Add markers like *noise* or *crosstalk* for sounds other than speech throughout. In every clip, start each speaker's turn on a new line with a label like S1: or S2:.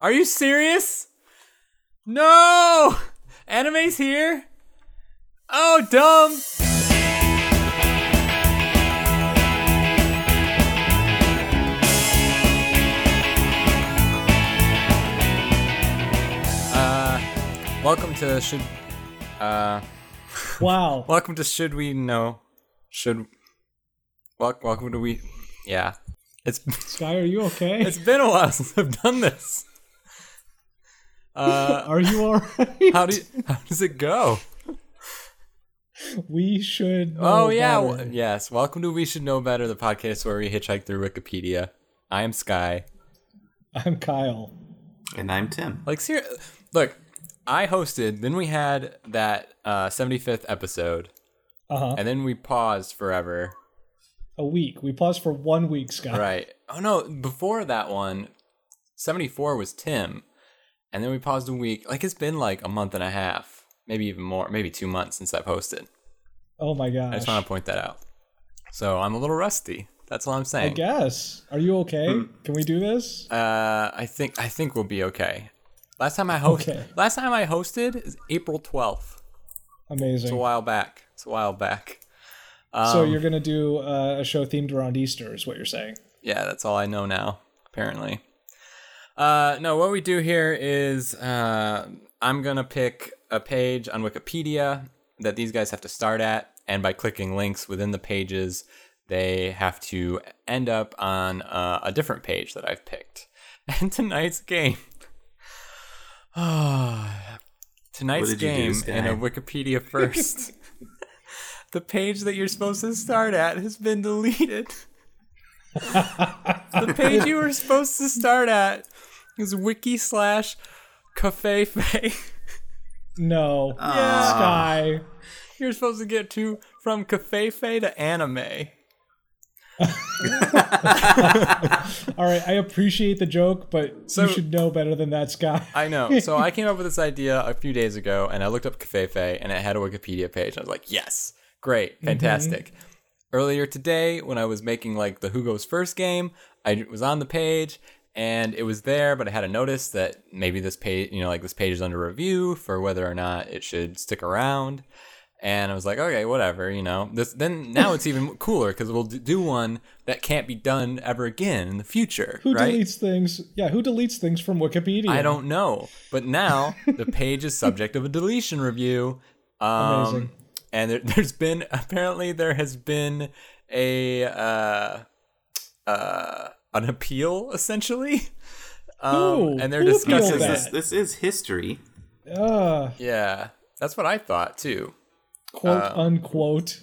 S1: Are you serious? No! Anime's here? Oh, dumb! Uh, welcome to should uh
S2: Wow.
S1: welcome to should we know should wel- welcome to we yeah it's *laughs*
S2: Sky, are you okay?
S1: it's been a while since I've done this uh
S2: *laughs* Are you alright?
S1: How do you, how does it go?
S2: we should. know
S1: Oh yeah,
S2: better.
S1: w- yes. Welcome to We Should Know Better, the podcast where we hitchhike through Wikipedia. I am Sky.
S2: I'm Kyle.
S3: And I'm Tim.
S1: Like, ser- look, I hosted. Then we had that uh, 75th episode,
S2: Uh huh.
S1: and then we paused forever.
S2: A week. We paused for one week, Sky.
S1: Right? Oh no! Before that one, 74 was Tim, and then we paused a week. Like it's been like a month and a half, maybe even more, maybe two months since I've hosted.
S2: Oh my gosh.
S1: I just want to point that out. So I'm a little rusty. That's all I'm saying.
S2: I guess. Are you okay? Can we do this?
S1: Mm. Uh, I think I think we'll be okay. Last time I hosted,
S2: Okay.
S1: last time I hosted is April twelfth.
S2: Amazing.
S1: A while back. It's a while back.
S2: so
S1: um,
S2: you're gonna do uh, a show themed around Easter, is what you're saying?
S1: Yeah, that's all I know now. Apparently. Uh, no, what we do here is uh, I'm gonna pick a page on Wikipedia that these guys have to start at, and by clicking links within the pages, they have to end up on uh, a different page that I've picked. *laughs* And tonight's game. *sighs* tonight's
S3: did you do,
S1: game in a
S3: Stan?
S1: Wikipedia first.
S3: *laughs*
S1: *laughs* the page that you're supposed to start at has been deleted. the page you were supposed to start at is wiki slash cafe Fe.
S2: No.
S3: Ah.
S2: Sky.
S1: *laughs* You're supposed to get to from cafe Fe to anime.
S2: All right. I appreciate the joke, but
S1: So-
S2: you should know better than that, Sky.
S1: *laughs* I
S2: *laughs*
S1: know. So I came up with this idea a few days ago, and I looked up Cafe Fe, and it had a Wikipedia page. I was like, yes, great, fantastic. Earlier today, when I was making like the Who Goes First game, I was on the page, and it was there, but I had a notice that maybe this page, you know, like this page is under review for whether or not it should stick around. And I was like, okay, whatever, you know. This then now it's even cooler because we'll d- do one that can't be done ever again in the future,
S2: who
S1: right?
S2: deletes things? Yeah. Who deletes things from Wikipedia?
S1: I don't know. But now the page is subject of a deletion review. Um,
S2: Amazing.
S1: And there, there's been apparently there has been a uh, uh, an appeal essentially, Um,
S2: Who?
S1: and they're
S2: Who
S3: This
S1: discussing
S2: appealed
S3: is,
S2: that?
S3: this is history.
S1: um,
S2: Uh,
S1: yeah, that's what I thought too.
S2: quote unquote.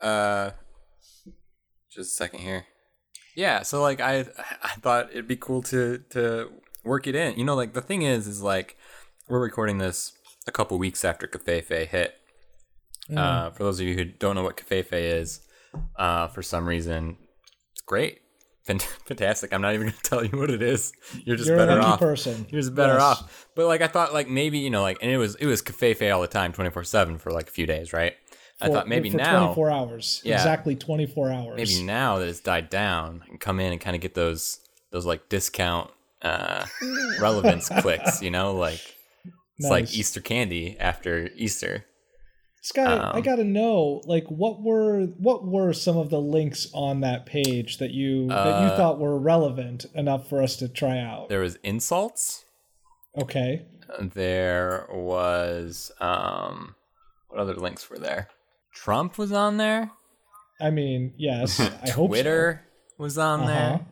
S1: Uh, just a second here. Yeah, so like I I thought it'd be cool to to work it in. You know, like the thing is, is like we're recording this a couple weeks after Cafefe hit.
S2: Mm.
S1: Uh, for those of you who don't know what Cafefe is, uh, for some reason, it's great, Fant- *laughs* fantastic. I'm not even gonna *laughs* tell you what it is. You're just
S2: You're a
S1: better
S2: lucky
S1: off.
S2: person.
S1: You're just better
S2: Yes.
S1: off. But like I thought, like maybe you know, like and it was it was Cafefe all the time, twenty four seven for like a few days, right? I
S2: for-
S1: thought maybe
S2: for
S1: now
S2: 24 hours
S1: Yeah.
S2: exactly 24 hours
S1: maybe now that it's died down and come in and kind of get those those like discount
S2: *laughs*
S1: uh relevance clicks you know like it's like
S2: Nice.
S1: easter candy after easter
S2: sky
S1: um,
S2: i gotta know like what were what were some of the links on that page that you that you thought were relevant enough for us to try out
S1: Uh, there was insults
S2: okay
S1: there was um what other links were there trump was on there
S2: i mean
S1: *laughs*
S2: yes i hope
S1: twitter was on
S2: so. Uh-huh.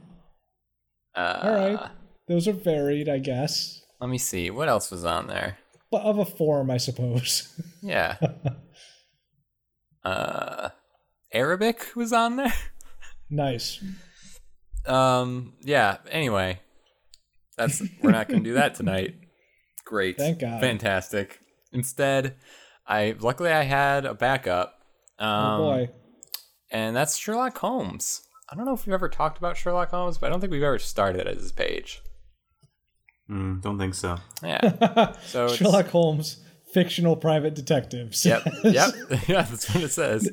S1: there uh
S2: all right those are varied i guess
S1: let me see what else was on there
S2: but of a form i suppose *laughs*
S1: yeah uh arabic was on there *laughs*
S2: nice
S1: Um. Yeah. Anyway, that's we're not going to do
S2: *laughs*
S1: that tonight. Great.
S2: Thank God.
S1: Fantastic. Instead, I luckily I had a backup. Um,
S2: Oh, boy
S1: And that's Sherlock Holmes. I don't know if we've ever talked about Sherlock Holmes, but I don't think we've ever started at his page.
S3: Mm, don't think so.
S1: Yeah.
S2: *laughs*
S1: So it's,
S2: sherlock holmes fictional private detectives *laughs*
S1: Yep. Yep. *laughs* yeah. That's what it says.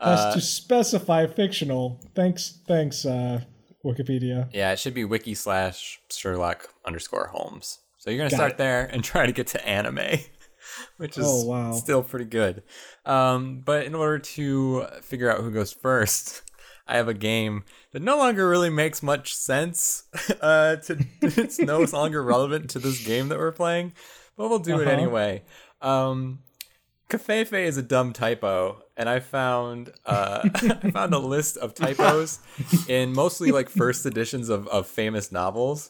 S2: has to specify fictional thanks thanks uh Wikipedia.
S1: Yeah, it should be wiki slash Sherlock underscore Holmes. So you're gonna Got start it. there and *laughs* try to get to anime, *laughs* which is oh, wow. still pretty good. Um, but in order to figure out who goes first, *laughs* I have a game that no longer really makes much sense. *laughs* Uh, to it's no longer relevant to this game that we're playing, but we'll do uh-huh. it anyway. Um, Cafefe is a dumb typo, and I found uh, *laughs* I found a list of typos in mostly like first editions of, of famous novels,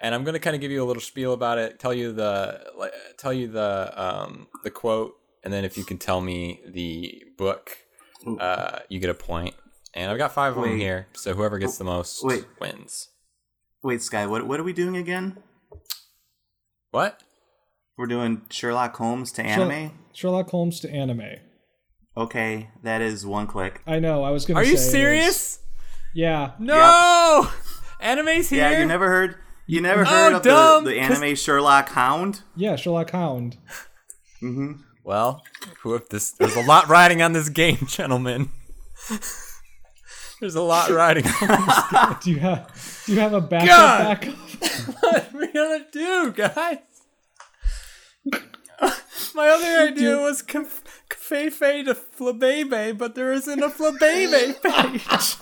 S1: and I'm gonna kind of give you a little spiel about it. Tell you the like, tell you the um, the quote, and then if you can tell me the book, uh, you get a point. And I've got five wait. of them here, so whoever gets the most wait. wins.
S3: Wait, Sky, what what are we doing again?
S1: What?
S3: We're doing Sherlock Holmes to anime.
S2: Sherlock Holmes to anime.
S3: Okay, that is one click.
S2: I know. I was gonna.
S1: Are
S2: say
S1: you serious?
S2: yeah.
S1: No. Yep. Anime's here.
S3: Yeah, you never heard. You never heard oh, of dumb, the, the anime Sherlock Hound?
S2: Yeah, Sherlock Hound.
S3: mm-hmm.
S1: Well, who if this? There's a lot riding on this game, gentlemen. There's a lot riding.
S2: do you have Do you have a backup?
S1: God! Backup? what are *laughs* we gonna do, guys? *laughs* My other idea Dude. was conf- Feifei to Flabebe, but there isn't a Flabebe *laughs* page.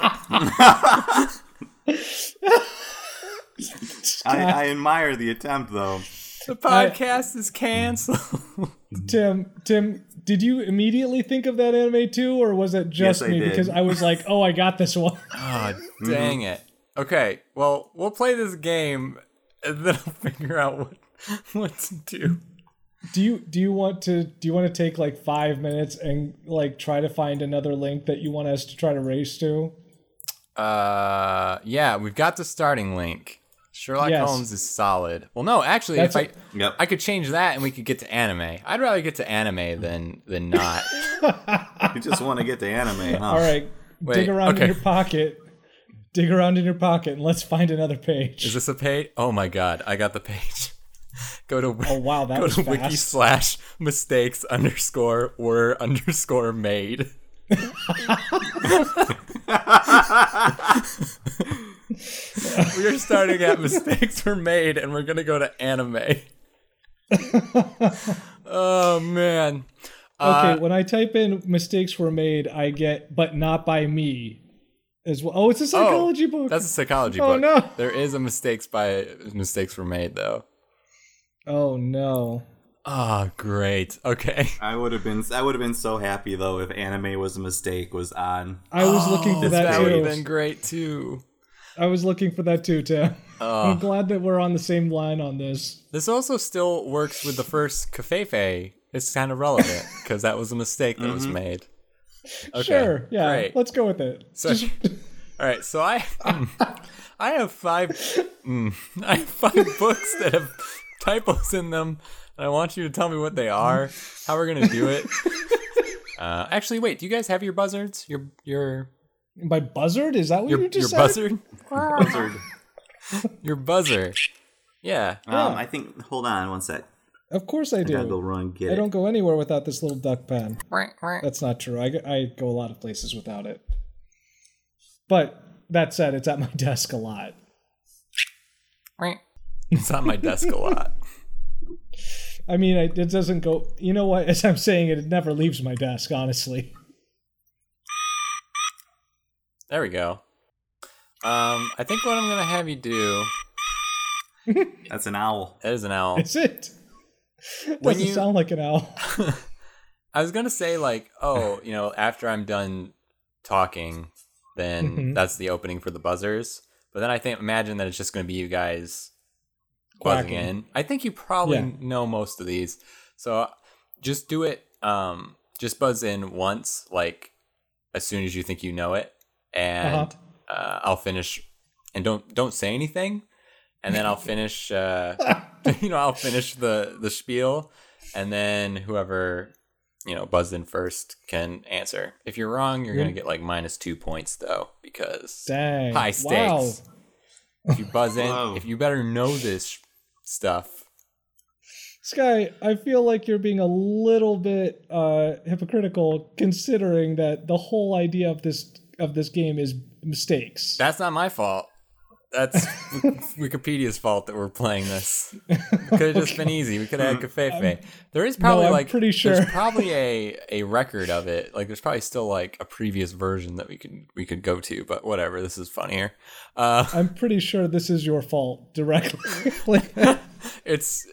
S3: I, I, admire the attempt, though.
S1: The podcast I, Mm-hmm. is canceled.
S2: Tim, Tim, did you immediately think of that anime too, or was it just yes, me? I because I was like, "Oh, I got this one."
S1: oh, dang it! Okay, well, we'll play this game, and then I'll figure out what what to do
S2: do you do you want to do you want to take like five minutes and like try to find another link that you want us to try to race to
S1: uh yeah we've got the starting link sherlock yes. holmes is solid well no actually That's if a- I yep. i could change that and we could get to anime i'd rather get to anime than than
S2: *laughs*
S1: not
S3: you just want to get to anime huh?
S2: all right Wait, dig around okay. in your pocket dig around in your pocket and let's find another page
S1: is this a page oh my god i got the page *laughs* go to
S2: oh wow that
S1: *laughs* go to
S2: fast.
S1: wiki slash mistakes underscore were *laughs* underscore
S2: *laughs*
S1: made we are starting at mistakes were made and we're gonna go to
S2: *laughs*
S1: anime oh man
S2: okay uh, when i type in mistakes were made i get but not by me as well oh it's a psychology
S1: oh,
S2: book
S1: that's a psychology
S2: oh,
S1: book
S2: no
S1: there is a mistakes by mistakes were made though
S2: Oh no.
S1: Ah, oh, great. Okay.
S3: I would have been I would have been so happy though if anime was a mistake was on.
S2: I was oh, looking for that,
S1: that would
S2: too.
S1: have been great too.
S2: I was looking for that too, Tim. *laughs* Oh. I'm glad that we're on the same line on this.
S1: This also still works with the first Kafefe. It's kind of relevant because that was a mistake that mm-hmm. was
S2: *laughs*
S1: made.
S2: Okay, sure. Yeah. Great. Let's go with it.
S1: So, all right. So I, I have five, mm, *laughs* I have five books that have typos in them, and I want you to tell me what they are, how we're gonna do
S2: *laughs*
S1: it. uh, actually, wait, do you guys have your buzzards? Your your
S2: my buzzard is that what
S1: your,
S2: you just
S1: your buzzard?
S3: your buzzard.
S1: your buzzer. Yeah.
S3: Um,
S1: yeah.
S3: I think. Hold on, one sec.
S2: Of course I do.
S3: I go run get.
S2: I
S3: it.
S2: don't go anywhere without this little duck pen. That's not true. I, I go a lot of places without it. But that said, it's at my *laughs* desk a lot.
S1: It's on my desk a lot.
S2: I mean, it, it doesn't go. You know what? *laughs* As I'm saying it, it never leaves my desk. Honestly. *laughs*
S1: There we go. Um, I think what I'm gonna have you do.
S3: That's an owl.
S1: That is an owl.
S2: Is it? it doesn't you, sound like an owl. *laughs*
S1: I was gonna say like, oh, you know, after I'm done talking, then mm-hmm. that's the opening for the buzzers. But then I think imagine that it's just gonna be you guys buzzing in. I think you probably yeah. know most of these. So uh, just do it. Um, just buzz in once, like as soon as you think you know it, and uh-huh. uh, I'll finish. And don't don't say anything, and then I'll finish. Uh, *laughs* you know, I'll finish the the spiel, and then whoever you know buzzed in first can answer. If you're wrong, you're yeah. gonna get like minus two points though because
S2: Dang.
S1: high stakes. Wow. If you buzz in, Whoa. if you better know this stuff.
S2: Sky, I feel like you're being a little bit uh, hypocritical, considering that the whole idea of this of this game is
S1: *laughs*
S2: mistakes.
S1: That's not my fault.
S2: *laughs*
S1: That's Wikipedia's fault that we're playing this. Could have just been easy. We could have had Cafefe. There is probably
S2: I'm
S1: like
S2: pretty sure.
S1: there's probably
S2: *laughs*
S1: a a record of it. Like there's probably still like a previous version that we could we could go to. But whatever. This is funnier. Uh,
S2: I'm pretty sure this is your fault directly. *laughs*
S1: it's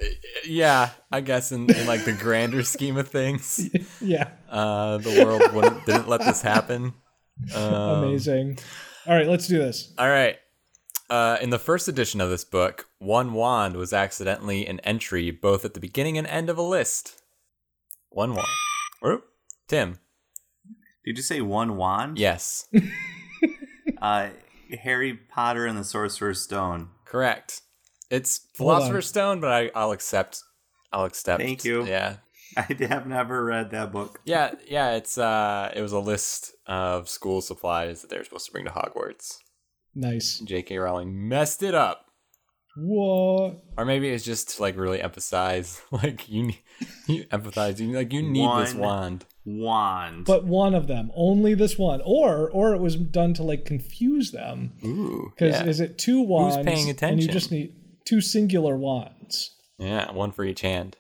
S1: yeah. I guess in, in like the grander scheme of things,
S2: yeah.
S1: uh, the world wouldn't, didn't let this happen. Um,
S2: Amazing. All right, let's do this.
S1: All right. Uh, in the first edition of this book, one wand was accidentally an entry both at the beginning and end of a list. One wand. Oop. Tim.
S3: Did you say one wand?
S1: Yes.
S3: Uh, Harry Potter and the Sorcerer's Stone. *laughs*
S1: Correct. It's
S2: Hold on.
S1: Philosopher's Stone, but I, I'll accept. I'll accept.
S3: Thank you.
S1: Yeah.
S3: I have never read that book.
S1: Yeah. Yeah. It's uh, it was a list of school supplies that they were supposed to bring to Hogwarts.
S2: Nice.
S1: J.K. Rowling messed it up.
S2: What?
S1: or maybe it's just to, like really emphasize *laughs* like you ne- you empathize you like you need this
S3: One.
S1: wand
S3: Wand.
S2: But one of them, only this one, or or it was done to like confuse them.
S1: ooh
S2: Because
S1: yeah.
S2: is it two wands?
S1: paying
S2: And you
S1: attention?
S2: just need two singular wands.
S1: yeah one for each hand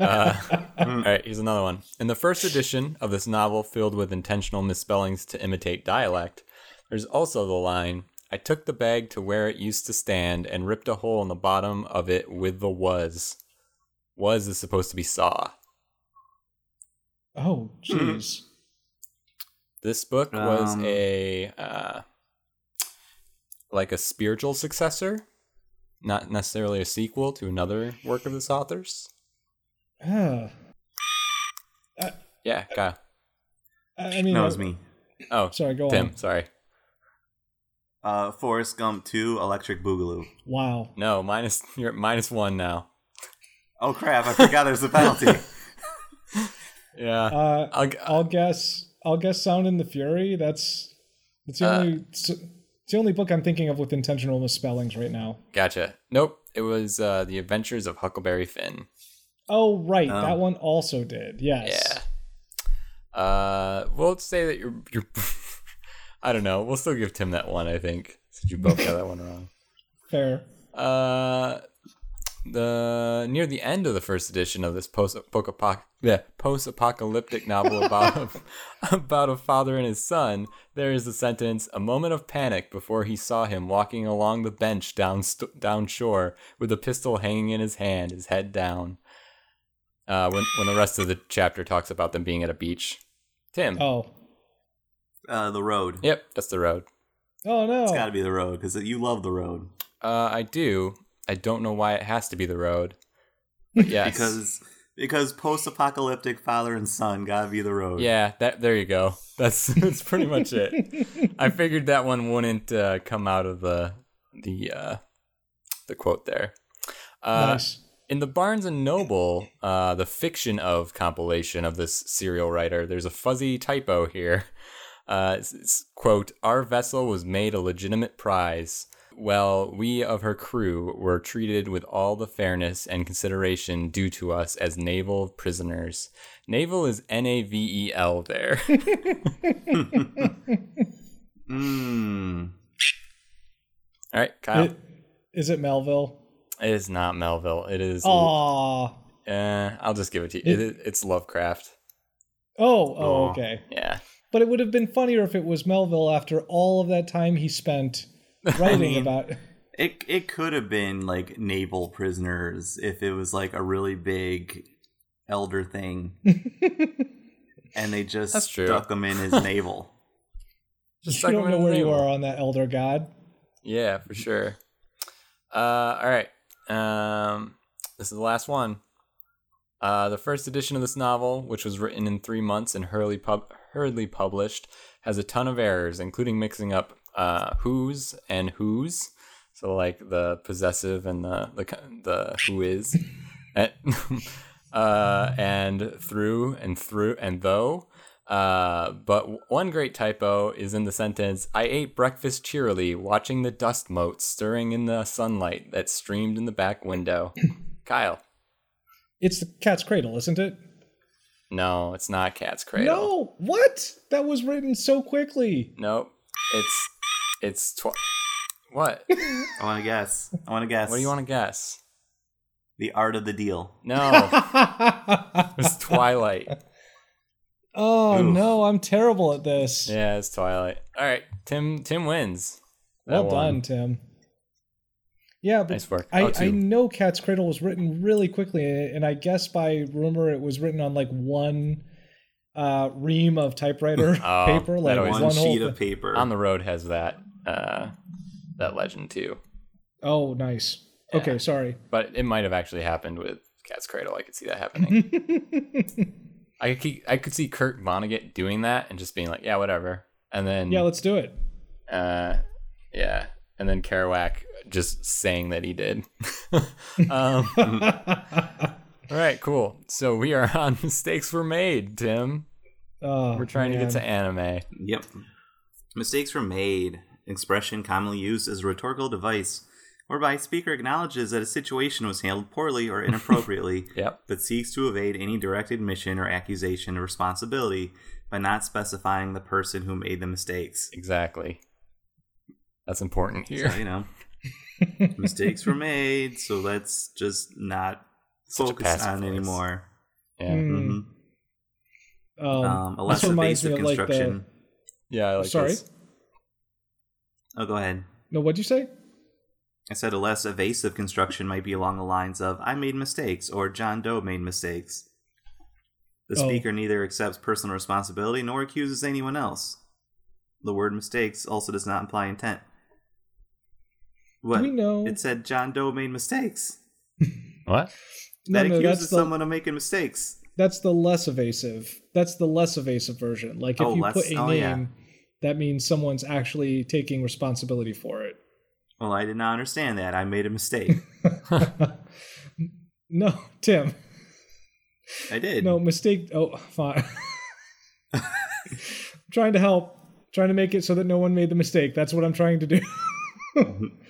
S1: Uh, all right here's another one in the first edition of this novel filled with intentional misspellings to imitate dialect there's also the line i took the bag to where it used to stand and ripped a hole in the bottom of it with the was was is supposed to be saw
S2: Oh, jeez.
S1: This book was
S3: Um,
S1: a uh, like a spiritual successor, not necessarily a sequel to another work of this author's. Hmm.
S2: Ah.
S1: Yeah, Kyle.
S2: I I mean,
S3: no, it
S2: I-
S3: was me.
S1: Oh,
S2: Sorry, go
S1: Tim.
S2: on.
S1: Sorry.
S3: Uh, Forrest Gump 2, Electric Boogaloo.
S2: Wow.
S1: No, minus *laughs* you're at minus one now.
S3: Oh crap, I forgot there's
S1: *laughs*
S3: a penalty.
S1: Yeah.
S2: Uh,
S1: I'll g-
S2: I'll guess. I'll guess. Sound and the Fury. That's. It's the
S1: Uh,
S2: only. It's, it's the only book I'm thinking of with intentional misspellings right now.
S1: gotcha. Nope. It was uh, the Adventures of Huckleberry Finn.
S2: Oh right,
S3: Oh.
S2: that one also did. Yes.
S1: Yeah. Uh, we'll say that you're you're. *laughs* I don't know. We'll still give Tim that one. I think since you both got that one wrong.
S2: Fair.
S1: Uh, the near the end of the first edition of this post yeah, post apocalyptic novel about a, about a father and his son, there is the sentence: "A moment of panic before he saw him walking along the bench down st- down shore with a pistol hanging in his hand, his head down." Uh, when when the rest of the chapter talks about them being at a beach, Tim.
S2: Oh.
S3: Uh, the road.
S1: Yep, that's the road.
S2: Oh no.
S3: It's gotta be the road, because you love the road.
S1: Uh, I do. I don't know why it has to be the road. But yes.
S3: Because because post apocalyptic father and son gotta be the road.
S1: Yeah, that there you go. *laughs* That's that's pretty much it. I figured that one wouldn't uh, come out of the the uh, the quote there. Uh,
S2: nice.
S1: In the Barnes and Noble, uh, the fiction of compilation of this serial writer, there's a fuzzy typo here. Uh, it's, it's, quote: "Our vessel was made a legitimate prize." Well, we of her crew were treated with all the fairness and consideration due to us as naval prisoners. Naval is N A V E L there. *laughs*
S3: Mmm.
S1: All right, Kyle.
S2: It- is it Melville?
S1: it is not Melville. It is.
S2: Aw.
S1: Eh, I'll just give it to you. It, it's Lovecraft.
S2: Oh, oh,
S3: Aw.
S2: okay.
S1: Yeah.
S2: But it would have been funnier if it was Melville after all of that time he spent writing
S3: mean-
S2: about. *laughs*
S3: It it could have been like naval prisoners if it was like a really big
S1: *laughs*
S3: elder thing. and they just
S1: That's true.
S3: stuck him in his navel.
S1: Just
S2: you
S1: like
S2: don't
S1: him
S2: know
S1: in
S2: where you
S1: Naval.
S2: are on that elder god.
S1: Yeah, for sure. Uh, all right. Um, this is the last one. Uh, the first edition of this novel, which was written in three months and hurriedly, pub- hurriedly published, has a ton of errors, including mixing up uh, who's and who's. So, like the possessive and the the, co- the who is, *laughs* and, uh, and through and through and though. Uh, but w- one great typo is in the sentence I ate breakfast cheerily, watching the dust motes stirring in the sunlight that streamed in the back window.
S2: *laughs*
S1: Kyle.
S2: It's the cat's cradle, isn't it?
S1: No, it's not Cat's Cradle.
S2: No, what? That was written so quickly.
S1: Nope. It's it's tw-
S2: *laughs*
S1: what?
S3: *laughs* I want to guess. I want to guess.
S1: What do you want to guess?
S3: The art of the deal.
S2: *laughs*
S1: No, it's Twilight.
S2: oh
S3: Oof.
S2: no, I'm terrible at this.
S1: Yeah, it's Twilight. All right, Tim. Tim wins. That
S2: well
S1: one.
S2: done, Tim. Yeah, but
S1: Nice work.
S2: I,
S1: oh,
S2: I
S1: two.
S2: know Cat's Cradle was written really quickly, and I guess by rumor it was written on like one uh, ream of typewriter
S1: Oh,
S2: paper,
S1: that
S2: like
S1: always-
S2: one,
S3: One
S2: whole.
S3: sheet of
S2: thi-
S3: paper.
S1: On the road has that uh, that legend too,
S2: oh, nice. Okay, sorry. *laughs*
S1: but it might have actually happened with Cat's Cradle. I could see that
S2: *laughs*
S1: happening. I could I could see Kurt Vonnegut doing that and just being like, yeah, whatever, and then
S2: Yeah, let's do it.
S1: uh, yeah, and then Kerouac just saying that he did. *laughs*
S2: *laughs*
S1: um, all right, cool. So we are *laughs* on mistakes were made, Tim.
S2: Oh,
S1: We're trying to get
S2: man.
S1: to anime.
S3: Yep. Mistakes were made. Expression commonly used as a rhetorical device whereby a speaker acknowledges that a situation was handled poorly
S1: *laughs*
S3: or inappropriately,
S1: Yep.
S3: but seeks to evade any direct admission or accusation of responsibility by not specifying the person who made the mistakes.
S1: Exactly. That's important here.
S3: So, you know,
S2: *laughs*
S3: mistakes were made, so let's just not
S1: Such a
S3: focus
S1: passive
S3: on
S1: voice.
S3: anymore.
S1: Yeah.
S2: Mm.
S3: hmm
S2: Um,
S3: Um,
S2: this
S3: unless the
S2: reminds
S3: basic
S2: me of like
S3: construction.
S2: the.
S1: Yeah, I like
S2: Sorry?
S1: this.
S3: Oh, go ahead.
S2: No, what'd you say?
S3: I said a less evasive construction might be along the lines of I made mistakes or John Doe made mistakes. The
S2: Oh.
S3: speaker neither accepts personal responsibility nor accuses anyone else. The word mistakes also does not imply intent. What?
S2: we know-
S3: It said John Doe made mistakes.
S1: What?
S2: no,
S3: That
S2: no,
S3: accuses
S2: that's the
S3: someone of making mistakes.
S2: that's the less evasive. That's the less evasive version. Like if
S3: Oh,
S2: you
S3: less-
S2: put a
S3: oh,
S2: name,
S3: yeah.
S2: that means someone's actually taking responsibility for it. *laughs*
S3: Well, I did not understand that. I made a mistake.
S2: No, Tim.
S3: I did.
S2: No mistake. Oh, fine. *laughs* trying to help. Trying to make it so that no one made the mistake. That's what I'm trying to do. *laughs*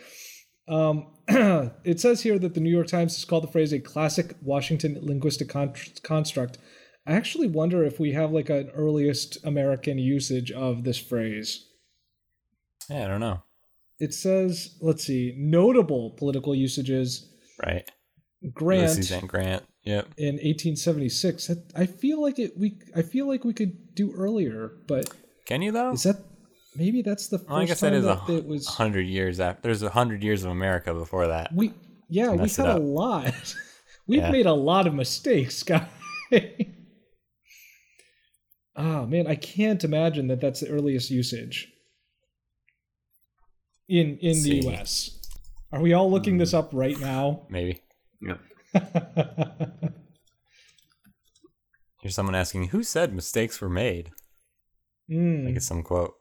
S2: um, *clears throat* it says here that the New York Times has called the phrase a classic Washington linguistic con- construct. I actually wonder if we have like an earliest American usage of this phrase.
S1: Yeah, I don't know.
S2: It says, let's see, notable political usages.
S1: Right.
S2: Grant
S1: Ulysses and Grant. Yep.
S2: in 1876. That, I feel like it. We I feel like we could do earlier, but
S1: Can you though?
S2: is that maybe that's the first
S1: well, I guess
S2: time
S1: that is a
S2: that it
S1: hun-
S2: was
S1: hundred years after. There's a hundred years of America before that.
S2: we. Yeah, we
S1: messed it
S2: had a
S1: up.
S2: lot. *laughs* We've
S1: Yeah.
S2: made a lot of mistakes, *laughs* guy. ah man, I can't imagine that that's the earliest usage in in the
S1: See. Hmm.
S2: U.S. Are we all looking this up right now?
S1: Maybe.
S3: Yep.
S2: Hmm,
S1: Here's someone asking, "Who said mistakes were made?"
S2: Mm.
S1: Like it's some quote.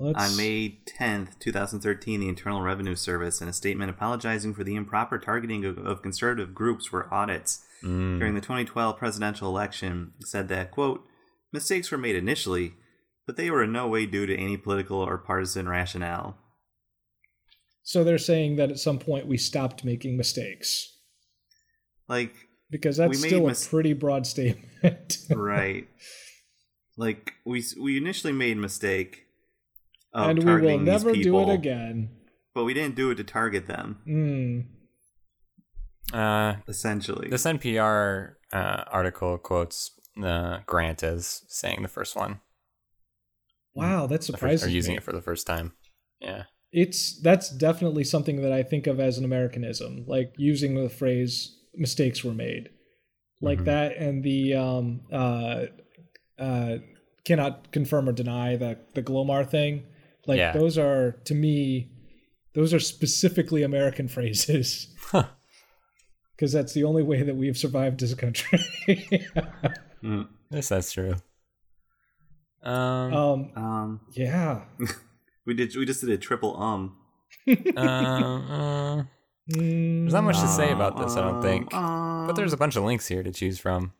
S2: Let's-
S3: On May 10th, 2013, the Internal Revenue Service, in a statement apologizing for the improper targeting of, of conservative groups where audits
S2: Hmm.
S1: Mm.
S3: during the 2012 presidential election, said that, quote, mistakes were made initially, but they were in no way due to any political or partisan rationale.
S2: So they're saying that at some point we stopped making mistakes *laughs*
S3: Like,
S2: because
S3: We
S2: that's
S3: made
S2: still
S3: mis-
S2: a pretty broad
S3: *laughs*
S2: statement.
S3: right. like, we, s- we initially made a mistake of
S2: and we will
S3: um, targeting these
S2: never do
S3: people,
S2: it again.
S3: But we didn't do it to target them,
S2: Mm.
S1: Uh,
S3: essentially.
S1: this NPR uh, article quotes uh, Grant as saying the first one.
S2: Wow, that
S1: The first,
S2: surprises
S1: or using
S2: me.
S1: it for the first time. Yeah.
S2: It's that's definitely something that I think of as an Americanism, like using the phrase "mistakes were made," like
S1: Mhm.
S2: that, and the um, uh, uh, cannot confirm or deny the the Glomar thing. Like
S1: Yeah.
S2: those are to me, those are specifically American *laughs* phrases.
S1: Huh.
S2: because that's the only way that we have survived as a country. *laughs*
S3: Mm.
S1: Yes, that's true. Um.
S2: um,
S3: Um,
S2: yeah.
S3: we, did, we just did a triple um.
S1: uh, uh,
S2: Mm,
S1: there's not much to say about this, I don't think.
S3: Um,
S1: But there's a bunch of links here to choose from.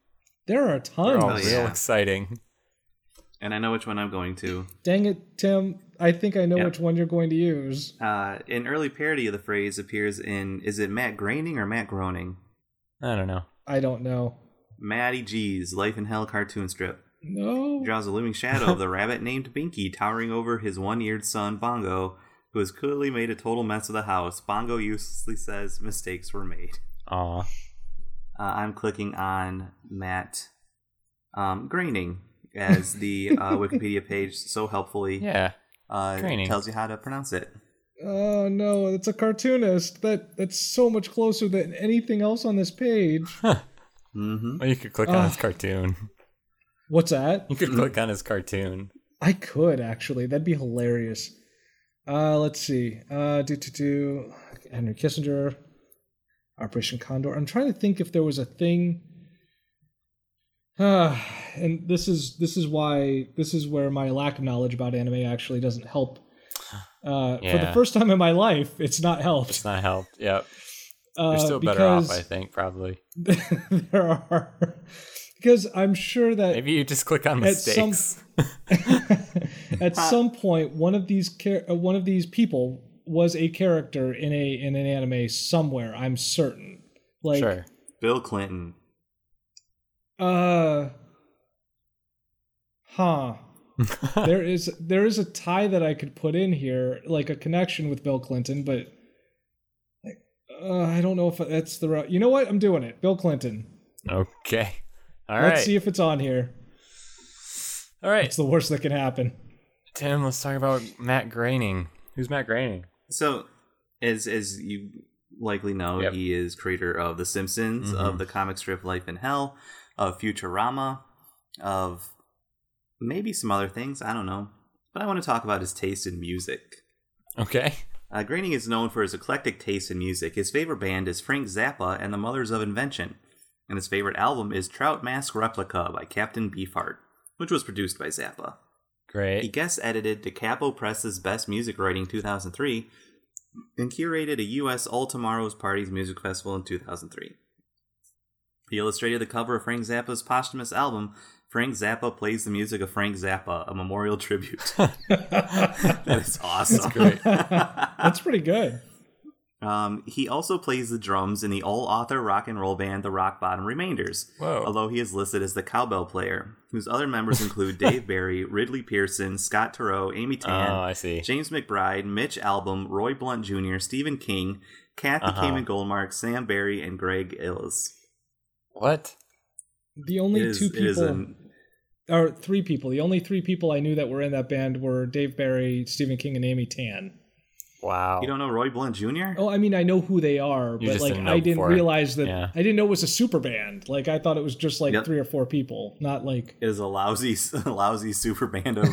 S2: there are
S1: They're
S2: tons.
S1: all
S3: Oh,
S1: real
S3: yeah.
S1: exciting.
S3: and I know which one I'm going to.
S2: Dang it, Tim! I think I know
S3: Yep.
S2: which one you're going to use.
S3: Uh, an early parody of the phrase appears in is it Matt Groening or Matt Groening?
S1: I don't know.
S2: I don't know.
S3: Matty G's Life in Hell cartoon strip.
S2: No.
S3: draws a looming shadow of the rabbit named Binky towering over his one eared son, Bongo, who has clearly made a total mess of the house. Bongo uselessly says mistakes were made.
S1: Aw.
S3: Uh, I'm clicking on Matt um, Graining as the uh, Wikipedia page so helpfully
S1: Yeah.
S3: uh,
S1: Graining.
S3: tells you how to pronounce it.
S2: Oh no, that's a cartoonist. That that's so much closer than anything else on this page.
S3: hmm
S1: Well, you could click on his
S2: Ugh.
S1: cartoon.
S2: What's that?
S1: *laughs* You could click on his cartoon.
S2: I could actually. That'd be hilarious. Uh, let's see. Uh, do do do. Henry Kissinger, Operation Condor. I'm trying to think if there was a thing. Uh, and this is this is why this is where my lack of knowledge about anime actually doesn't help. Uh, For the
S1: Yeah.
S2: first time in my life, it's not helped.
S1: It's not helped. Yep.
S2: uh,
S1: You're still better off,
S2: because-
S1: I think, probably.
S2: *laughs* there are because I'm sure that
S1: Maybe you just click on
S2: At some-
S1: mistakes.
S2: at some point one of these char- uh, one of these people was a character in a in an anime somewhere. I'm certain.
S1: *laughs*
S2: Like
S1: sure.
S3: Bill Clinton.
S2: uh
S1: *laughs*
S2: huh. there is there is a tie that I could put in here, like a connection with Bill Clinton, but like, uh, I don't know if that's the right. You know what? I'm doing it. Bill Clinton.
S1: Okay. All right.
S2: Let's see if it's on here.
S1: All right.
S2: It's the worst that can happen. *laughs*
S1: Tim, let's talk about Matt Groening. Who's Matt Groening?
S3: So, as as you likely know,
S1: Yep.
S3: he is creator of The Simpsons, of the comic strip Life in Hell, of Futurama, of maybe some other things. I don't know. But I want to talk about his taste in music.
S1: Okay. *laughs*
S3: Uh, Groening is known for his eclectic taste in music. His favorite band is Frank Zappa and the Mothers of Invention, and his favorite album is Trout Mask Replica by Captain Beefheart, which was produced by Zappa. He
S1: Great.
S3: guest edited DeCapo Press's Best Music Writing 2003 and curated a U.S. All Tomorrow's Parties Music Festival in 2003. He illustrated the cover of Frank Zappa's posthumous album, Frank Zappa Plays the Music of Frank Zappa, a
S1: *laughs*
S3: memorial tribute. that is awesome.
S1: great.
S2: That's pretty good.
S3: *laughs* Um, he also plays the drums in the all author rock and roll band The Rock Bottom Remainders,
S1: Whoa.
S3: although he is listed as the cowbell player, whose other
S1: *laughs*
S3: members include Dave Barry, Ridley Pearson, Scott Turow, Amy Tan,
S1: Oh, I see.
S3: James McBride, Mitch Albom, Roy Blunt Jr., Stephen King, Kathy
S1: Uh-huh.
S3: Kamen Goldmark, Sam Barry, and Greg Ills.
S1: What?
S2: The only
S3: It is-
S2: two
S3: it is
S2: people,
S3: an-
S2: or three people, the only three people I knew that were in that band were Dave Barry, Stephen King, and Amy Tan.
S1: Wow.
S3: you don't know Roy Blunt Jr.?
S2: Oh, I mean, I know who they are,
S1: You
S2: but
S1: just
S2: like,
S1: didn't know
S2: I didn't
S1: before.
S2: realize that
S1: Yeah.
S2: I didn't know it was a super band. Like, I thought it was just like
S3: Yep.
S2: three or four people, not like.
S1: *laughs*
S2: *laughs*
S3: It is a lousy, *laughs* a lousy super band of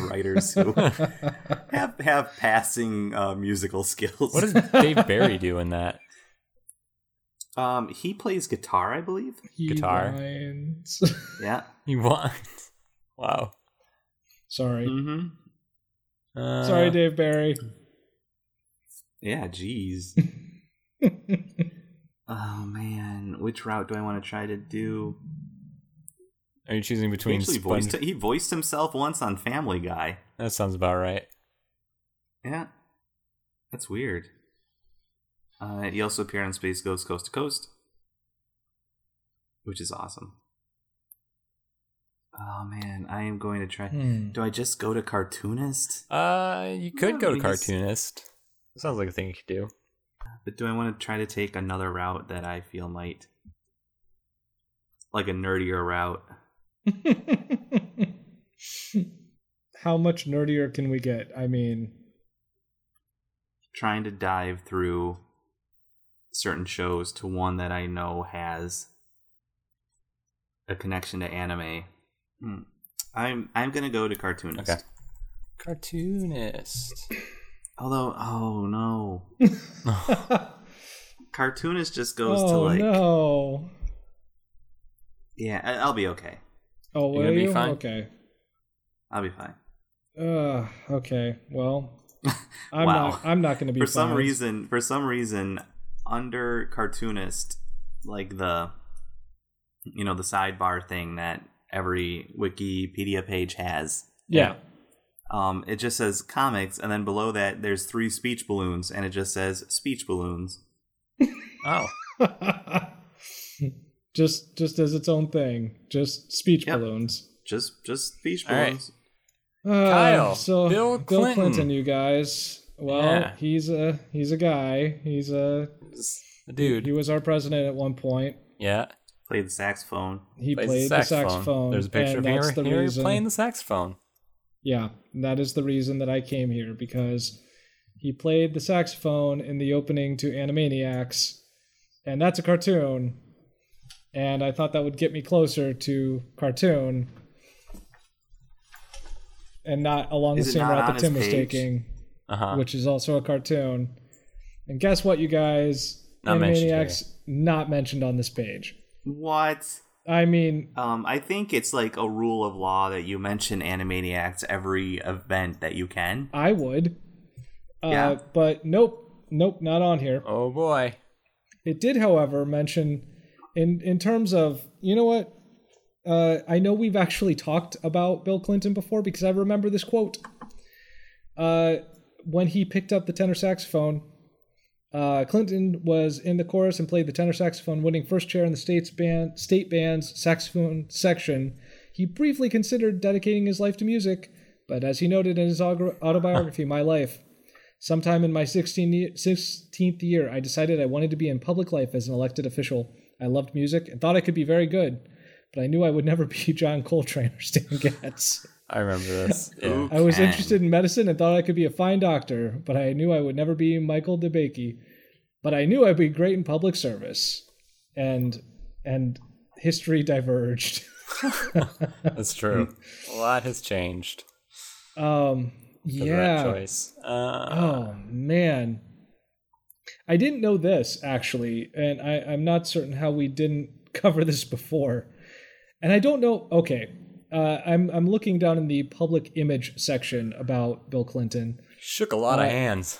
S2: *laughs*
S3: writers who have have passing uh, musical skills. *laughs*
S1: What does Dave Barry do in that?
S3: um, he plays guitar, I believe.
S2: he
S1: Guitar.
S2: whines.
S3: Yeah.
S1: He won. *laughs* Wow.
S2: *laughs* Sorry.
S3: Mm-hmm.
S1: Uh,
S2: Sorry, Dave Barry.
S3: Yeah. Jeez.
S2: *laughs*
S3: oh man, which route do I want to try to do?
S1: Are you choosing
S3: He
S1: between
S3: actually
S1: Sponge?
S3: voiced, he voiced himself once on Family Guy.
S1: that sounds about right.
S3: Yeah. That's weird. Uh, he also appeared on Space Ghost Coast to Coast, which is awesome. Oh man, I am going to try.
S2: Hmm. *laughs*
S3: Do I just go to cartoonist?
S1: Uh, you could
S3: Yeah,
S1: go to
S3: I guess-
S1: cartoonist. That sounds like a thing you could do.
S3: But do I want to try to take another route that I feel might, like a nerdier route?
S2: How much nerdier can we get? I mean,
S3: Trying to dive through certain shows to one that I know has a connection to anime. Hmm. I'm I'm gonna go to cartoonist.
S1: Okay. Cartoonist.
S3: Although, oh no,
S2: goes
S3: cartoonist just goes
S2: *laughs* oh
S3: to like,
S2: no!
S3: yeah, I- I'll be okay.
S1: You're
S2: Oh, will
S1: gonna be
S2: you?
S1: fine.
S2: Okay.
S3: I'll be fine.
S2: Uh, okay.
S1: *laughs*
S2: Well, I'm
S3: Wow.
S2: not. I'm not going to be
S3: for some
S2: fine.
S3: reason, for some reason, under cartoonist, like the, you know, the sidebar thing that every Wikipedia page has.
S2: Yeah.
S3: Um, it just says comics, and then below that, there's three speech balloons, and it just says speech balloons.
S1: Oh,
S2: *laughs* just just as its own thing. Just speech
S3: Yep.
S2: balloons.
S3: just just beach
S1: All
S3: balls.
S1: right.
S2: Uh,
S1: Kyle,
S2: so
S1: Bill
S2: Bill
S1: Clinton,
S2: Clinton, you guys. Well,
S1: Yeah.
S2: he's a he's a guy. He's a he
S1: dude.
S2: was our president at one point.
S1: Yeah,
S3: Play the saxophone.
S2: He
S1: plays
S2: played
S1: the saxophone.
S2: the saxophone.
S1: There's a picture
S2: and
S1: of
S2: that's
S1: Henry,
S2: the
S1: Henry
S2: reason.
S1: playing the saxophone.
S2: Yeah, and that is the reason that I came here because he played the saxophone in the opening to Animaniacs, and that's a cartoon. And I thought that would get me closer to cartoon, and not along
S3: Is
S2: the
S3: it
S2: same
S3: not
S2: route
S3: on
S2: that
S3: his
S2: Tim was
S3: page?
S2: taking,
S1: Uh huh.
S2: which is also a cartoon. And guess what, you guys?
S1: Not mentioned here.
S2: Animaniacs not mentioned on this page.
S3: What?
S2: I mean,
S3: Um, I think it's like a rule of law that you mention Animaniacs every event that you can.
S2: I would, uh,
S3: Yeah.
S2: but nope, nope, not on here.
S1: Oh boy.
S2: It did, however, mention in in terms of you know what. Uh, I know we've actually talked about Bill Clinton before because I remember this quote. Uh, when he picked up the tenor saxophone, uh, Clinton was in the chorus and played the tenor saxophone, winning first chair in the state's band, state band's saxophone section. He briefly considered dedicating his life to music, but as he noted in his auto- autobiography, My Life, Sometime in my 16 ye- 16th year, I decided I wanted to be in public life as an elected official. I loved music and thought I could be very good, but I knew I would *laughs* never be John Coltrane or Stan Getz.
S1: I remember
S2: *laughs*
S1: this. yeah.
S3: Who
S2: I was
S3: can?
S2: interested in medicine and thought I could be a fine doctor, but I knew I would never be Michael DeBakey. But I knew I'd be great in public service. And and history diverged. *laughs*
S1: That's true. a lot has changed.
S2: Um
S1: because of
S2: yeah.
S1: That choice. Uh,
S2: Oh man, I didn't know this actually, and I, I'm not certain how we didn't *laughs* cover this before. And I don't know. Okay, uh, I'm I'm looking down in the public image section about Bill Clinton.
S1: shook a lot of hands.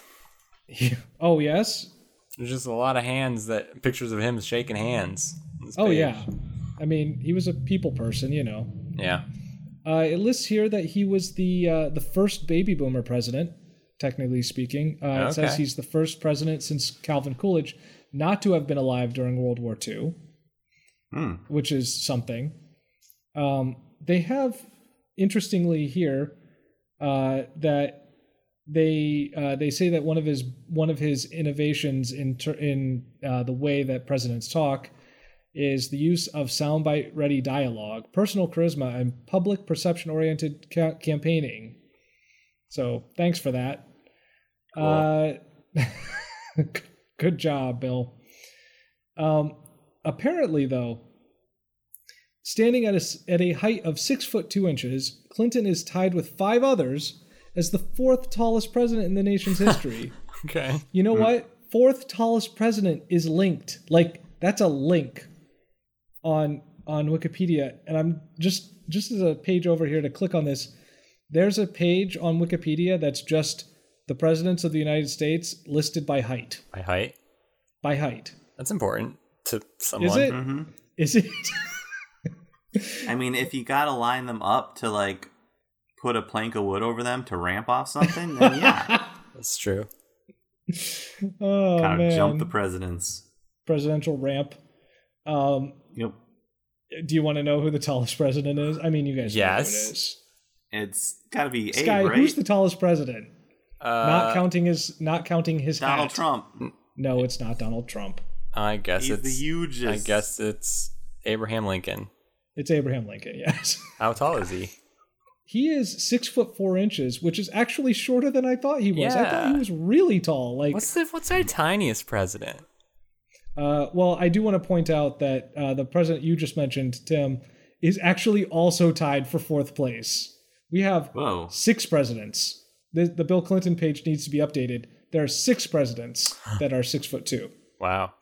S2: oh yes.
S1: There's just a lot of hands that pictures of him shaking hands. on this
S2: Oh
S1: page.
S2: yeah. I mean, he was a people person, you know.
S1: Yeah.
S2: Uh, it lists here that he was the uh, the first baby boomer president, technically speaking. Uh, It says
S1: Okay.
S2: he's the first president since Calvin Coolidge not to have been alive during World War II,
S3: Hmm.
S2: which is something. Um, they have, interestingly, here uh, that they uh, they say that one of his one of his innovations in ter- in uh, the way that presidents talk is the use of soundbite ready dialogue, personal charisma, and public perception oriented ca- campaigning. So thanks for that. Uh, *laughs* good job, Bill. Um, apparently, though, standing at a, s- at a height of six foot two inches, Clinton is tied with five others as the fourth tallest president in the nation's history.
S1: Okay.
S2: You know what? Fourth tallest president is linked. Like that's a link on on Wikipedia. And I'm just just as a page over here to click on this. There's a page on Wikipedia that's just the presidents of the United States listed by height.
S1: My height.
S2: By height.
S1: That's important to someone.
S2: Is it? Is it? *laughs*
S3: I mean, if you gotta line them up to like put a plank of wood over them to ramp off something, then yeah,
S1: That's true.
S2: *laughs* oh
S3: gotta
S2: man.
S3: jump the presidents.
S2: Presidential ramp. Um,
S3: Yep,
S2: do you want to know who the tallest president is? I mean, you guys know who
S1: Yes.
S2: it is.
S3: it's gotta be eight,
S2: Sky,
S3: right?
S2: who's the tallest president?
S1: Uh,
S2: not counting his not counting his
S3: Donald
S2: hat.
S3: Trump.
S2: No, it's not Donald Trump.
S1: I guess
S3: He's
S1: it's
S3: the hugest.
S1: I guess it's Abraham Lincoln.
S2: It's Abraham Lincoln. Yes, *laughs*
S1: How tall is he?
S2: he is six foot four inches, which is actually shorter than I thought he was. I thought he
S1: Yeah.
S2: was really tall. Like,
S1: What's the what's our tiniest president?
S2: uh, well, I do want to point out that uh, the president you just mentioned, Tim, is actually also tied for fourth place. We have
S3: Whoa.
S2: six presidents. The, the Bill Clinton page needs to be updated. There are six presidents that are six foot two.
S1: Wow.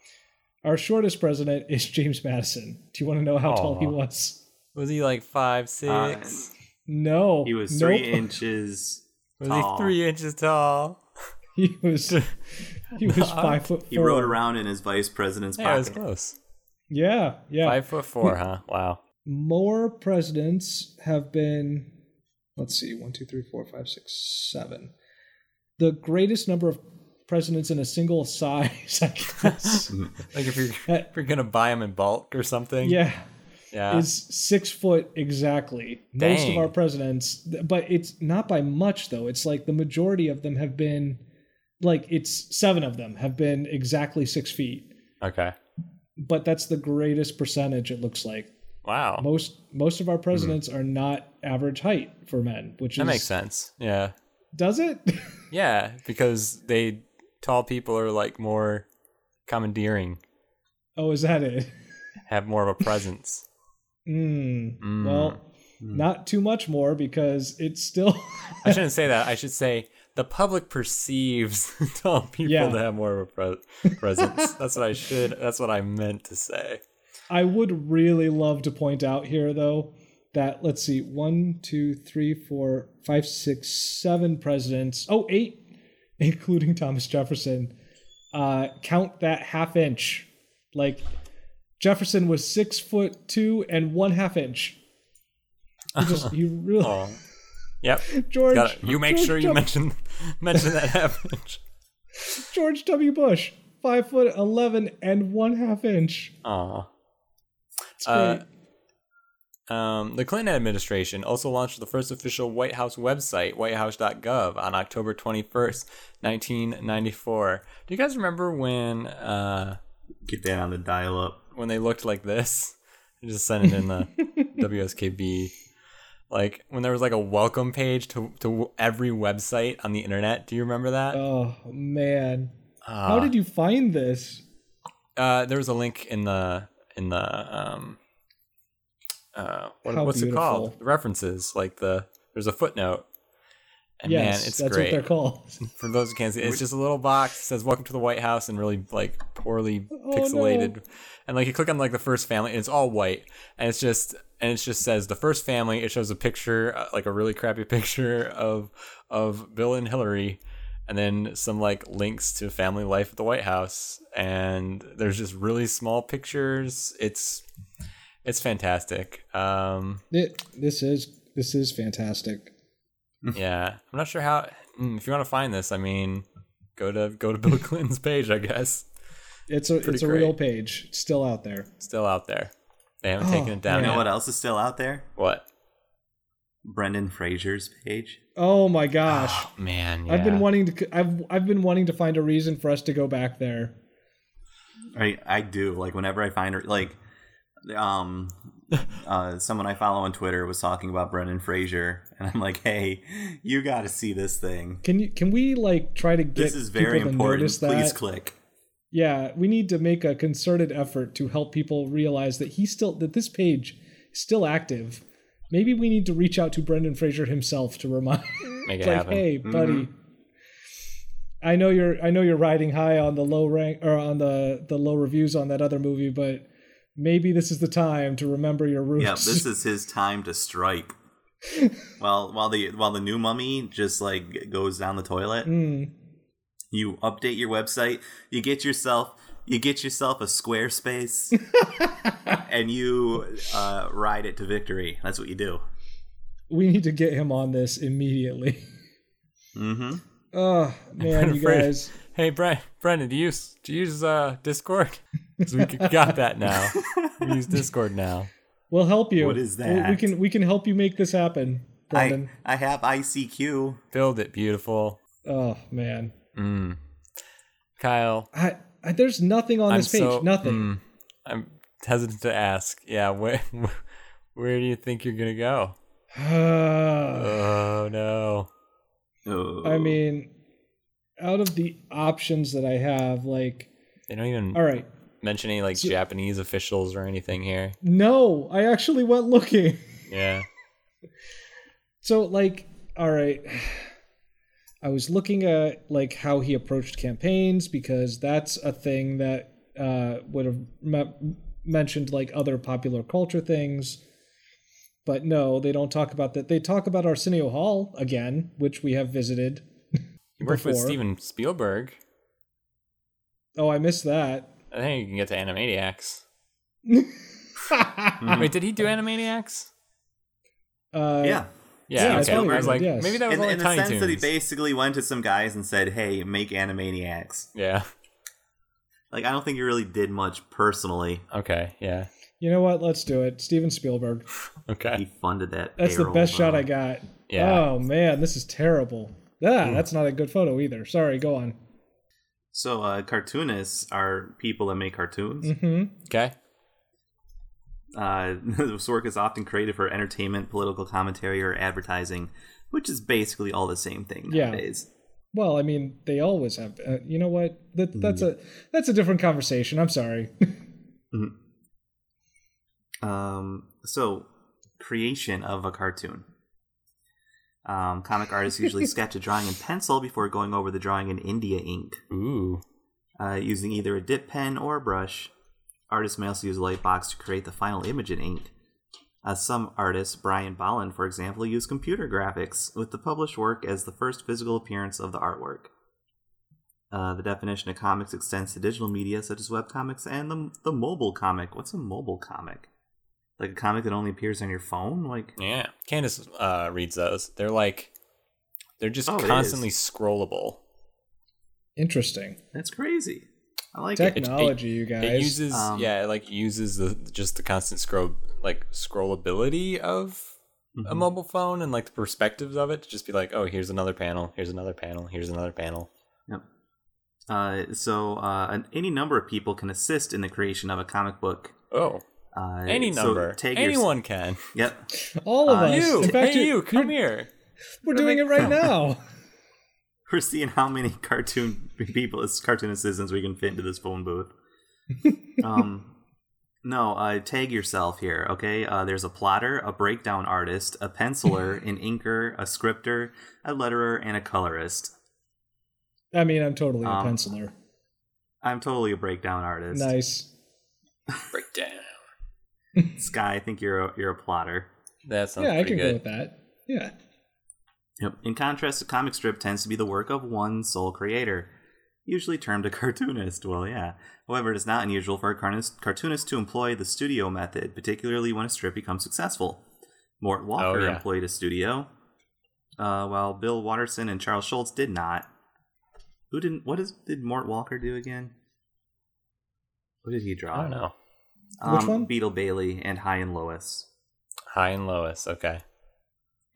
S2: Our shortest president is James Madison. Do you want to know how tall he
S1: Aw.
S2: was?
S1: Was he like five, six?
S2: No,
S3: He was
S2: nope.
S3: three inches
S1: was
S3: tall.
S1: he three inches tall?
S2: *laughs* He was he
S3: *laughs*
S2: was five foot four.
S3: He rode around in his vice president's
S1: Yeah, it was
S3: pocket.
S1: close.
S2: Yeah, yeah.
S1: Five foot four, huh? Wow.
S2: More presidents have been. Let's see, one, two, three, four, five, six, seven. The greatest number of presidents in a single size, *laughs* I guess.
S3: Mm-hmm.
S1: Like if you're
S2: Uh,
S1: if you're gonna buy him in bulk or something.
S2: yeah,
S1: Yeah.
S2: is six foot exactly. Most of
S1: Dang.
S2: our presidents, but it's not by much though. It's like the majority of them have been, like it's seven of them have been exactly six feet.
S1: Okay.
S2: But that's the greatest percentage. It looks like
S1: Wow.
S2: most most of our presidents are not average height for men, which
S1: Mm-hmm. that
S2: is,
S1: makes sense. Yeah.
S2: Does it? *laughs*
S1: Yeah, because they tall people are like more commandeering,
S2: oh, is that it?
S1: have more of a presence.
S2: Mm.
S1: Mm.
S2: Well, not too much more because it's still. *laughs*
S1: I shouldn't say that. I should say the public perceives *laughs* tall people
S2: Yeah.
S1: to have more of a pre- presence. that's what I should. That's what I meant to say.
S2: I would really love to point out here, though, that let's see, one, two, three, four, five, six, seven presidents. Oh, eight, *laughs* including Thomas Jefferson. Uh, count that half inch. Like Jefferson was six foot two and one half inch. He
S1: *laughs*
S2: just he really
S1: Oh. Yep.
S2: *laughs* George.
S1: Got it. You make
S2: George
S1: sure you
S2: W-
S1: mention *laughs* mention that average.
S2: *laughs* George W. Bush, five foot eleven and one half inch.
S1: Aw.
S2: It's
S1: Uh,
S2: great.
S1: Um, the Clinton administration also launched the first official White House website, whitehouse.gov, on October 21st, 1994. Do you guys remember when uh,
S3: Get that on the dial up.
S1: when they looked like this? I just sent it in
S2: *laughs*
S1: the WSKB. Like when there was like a welcome page to, to every website on the internet. Do you remember that?
S2: oh man,
S1: Ah.
S2: how did you find this?
S1: Uh, there was a link in the in the um, uh, what,
S2: How
S1: what's it called?
S2: beautiful.
S1: The references, like the there's a footnote. And
S2: yes,
S1: man, it's
S2: that's
S1: great.
S2: what they're called. *laughs*
S1: For those who can't see, it's just a little box that says "Welcome to the White House" and really like poorly pixelated. And like you click on like the first family, and it's all white, and it's just and it just says the first family. It shows a picture, uh, like a really crappy *laughs* picture of of Bill and Hillary, and then some like links to family life at the White House. And there's just really small pictures. It's it's fantastic. Um,
S2: It, this is this is fantastic.
S1: yeah, I'm not sure how. mm, If you want to find this, I mean, go to go to *laughs* Bill Clinton's page, I guess.
S2: It's a it's a
S1: great.
S2: real page. It's still out there.
S1: Still out there. They haven't
S2: Oh,
S1: taken it down
S3: You know
S1: yet.
S3: what else is still out there?
S1: What?
S3: Brendan Fraser's page.
S2: Oh my gosh.
S1: *sighs* Oh, man,
S2: I've been
S1: yeah.
S2: wanting to c- I've I've been wanting to find a reason for us to go back there.
S3: I I do like whenever I find her like
S2: *laughs*
S3: um uh someone I follow on Twitter was talking about Brendan Fraser and I'm like, "Hey, you got to see this thing.
S2: Can you can we like try to get
S3: This is very
S2: people to
S3: important.
S2: notice that?
S3: Please click."
S2: Yeah, we need to make a concerted effort to help people realize that he's still that this page is still active. Maybe we need to reach out to Brendan Fraser himself to remind
S1: Make it
S2: like,
S1: happen.
S2: hey,
S3: Mm-hmm.
S2: buddy. I know you're I know you're riding high on the low rank or on the the low reviews on that other movie, but maybe this is the time to remember your roots. *laughs*
S3: Yeah, this is his time to strike. Well, while the while the new mummy just like goes down the toilet,
S2: Mm.
S3: you update your website, you get yourself you get yourself a Squarespace
S2: *laughs*
S3: and you uh, ride it to victory. That's what you do.
S2: we need to get him on this immediately. *laughs*
S3: Mhm.
S2: Oh man,
S1: Brendan
S2: you
S1: Fraser.
S2: guys.
S1: Hey, Brent, Brendan, do you use do you use uh, Discord? *laughs* 'Cause we c- got that
S2: *laughs*
S1: now. We use Discord now.
S2: We'll help you.
S3: What is
S2: We- We
S3: that?
S2: can we can help you make this happen, Brendan.
S3: I, I have ICQ.
S1: Build it, beautiful.
S2: Oh man,
S1: Mm. Kyle,
S2: I, I there's nothing on
S1: I'm
S2: this page.
S1: so-
S2: nothing.
S1: mm, I'm hesitant to ask. Yeah, where *laughs* where do you think you're gonna go? Oh no.
S3: Oh.
S2: *sighs* I mean, out of the options that I have, like,
S1: They don't even
S2: all right,
S1: mention any like Japanese officials or anything here.
S2: no, I actually went looking. *laughs*
S1: Yeah.
S2: So like, all right, *sighs* I was looking at like how he approached campaigns because that's a thing that uh, would have me- mentioned like other popular culture things. But no, they don't talk about that. They talk about Arsenio Hall again, which we have visited.
S1: You worked with
S2: before.
S1: Steven Spielberg.
S2: Oh, I missed that.
S1: I think you can get to Animaniacs.
S2: *laughs*
S1: Hmm. Wait, did he do Animaniacs?
S2: Uh,
S3: yeah.
S1: Yeah, okay.
S3: Yeah, I thought he
S1: I was
S3: did,
S1: like,
S2: yes.
S1: maybe that was
S3: In,
S1: only
S3: in the
S1: Tiny
S3: sense that he
S1: Toons.
S3: basically went to some guys and said, "Hey, make Animaniacs."
S1: yeah,
S3: Like I don't think he really did much personally.
S1: Okay. Yeah.
S2: You know what? Let's do it. Steven Spielberg.
S3: He
S1: Okay.
S3: funded that.
S2: That's the
S3: barrel
S2: best shot
S3: bomb.
S2: I got.
S1: Yeah. Mm.
S2: Oh man, this is terrible. Ah, that's not a good photo either. Sorry, go on.
S3: So uh, cartoonists are people that make cartoons.
S2: hmm
S1: Okay.
S3: Uh, *laughs* this work is often created for entertainment, political commentary, or advertising, which is basically all the same thing
S2: Yeah.
S3: nowadays.
S2: Well, I mean, they always have. Uh, you know what?
S1: Mm.
S2: That that's a that's a different conversation. I'm sorry. *laughs*
S3: Um, so, creation of a cartoon. Um, comic artists usually sketch a drawing in pencil before going over the drawing in India ink,
S1: Ooh.
S3: uh, using either a dip pen or a brush. Artists may also use a light box to create the final image in ink. Uh, some artists, Brian Bolland, for example, use computer graphics, with the published work as the first physical appearance of the artwork. Uh, the definition of comics extends to digital media such as webcomics and the, the mobile comic. What's a mobile comic? Like a comic that only appears on your phone? Like,
S1: Yeah. Candace uh, reads those. They're like, they're just
S3: Oh, it
S1: constantly
S3: is.
S1: scrollable.
S2: Interesting
S3: that's crazy. I like it.
S2: technology, you guys.
S1: It uses
S3: Um,
S1: yeah, it like uses the just the constant scroll like scrollability of a
S3: Mhm.
S1: mobile phone and like the perspectives of it to just be like, oh, here's another panel, here's another panel, here's another panel.
S3: Uh, so, uh, an, any number of people can assist in the creation of a comic book.
S1: Oh,
S3: Uh,
S1: any
S3: so
S1: number,
S3: take your-
S1: anyone
S2: *laughs*
S1: can.
S3: Yep. *laughs*
S2: All of
S3: Uh,
S2: us.
S1: Ah, You,
S2: In fact,
S1: hey,
S2: you-
S1: you, come here.
S2: we're doing it right now. *laughs*
S3: We're seeing how many cartoon *laughs* people, as cartoon assistants, we can fit into this
S1: *laughs*
S3: phone booth. um, no, uh, tag yourself here, okay? Uh, there's a plotter, a breakdown artist, a penciler,
S1: *laughs*
S3: an inker, a scripter, a letterer, and a colorist.
S2: I mean, I'm totally
S1: Ah,
S3: Um,
S2: a penciler.
S3: I'm totally a breakdown artist.
S2: Nice.
S1: Break down.
S3: Sky, I think you're a, you're a plotter.
S1: That sounds
S2: Yeah, I
S1: pretty
S2: can go
S1: good.
S2: with that. Yeah.
S3: Yep. In contrast, a comic strip tends to be the work of one sole creator, usually termed a *laughs* cartoonist. Well, yeah. However, it is not unusual for a cartoonist, cartoonist to employ the studio method, particularly when a strip becomes successful. Mort Walker
S1: Oh, yeah.
S3: employed a studio, uh, while Bill Watterson and Charles Schultz did not. Who didn't? What is, did Mort Walker do again? What did he draw?
S1: I don't know.
S3: Um,
S2: Which one?
S3: Beetle Bailey and High and Lois.
S1: High and lowest. Okay.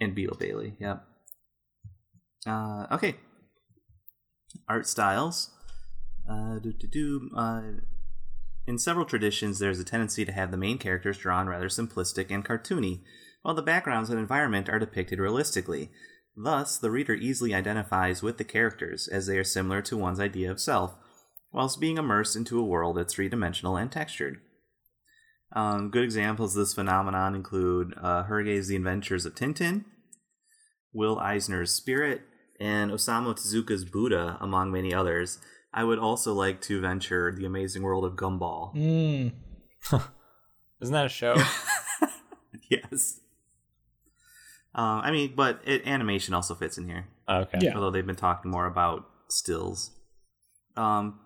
S3: and Beetle Bailey. Yep. Uh, okay. Art styles. Uh, do, do, do, uh, in several traditions, there's a tendency to have the main characters drawn rather simplistic and cartoony, while the backgrounds and environment are depicted realistically. Thus, the reader easily identifies with the characters, as they are similar to one's idea of self, whilst being immersed into a world that's three dimensional and textured. Um, good examples of this phenomenon include uh, Hergé's The Adventures of Tintin, Will Eisner's Spirit, and Osamu Tezuka's Buddha, among many others. I would also like to venture the amazing world of Gumball.
S2: Mm.
S1: Isn't that a
S2: *laughs*
S1: show?
S3: *laughs* Yes. Uh, I mean, but it, animation also fits in here.
S1: okay.
S2: Yeah.
S3: although they've been talking more about stills. Um,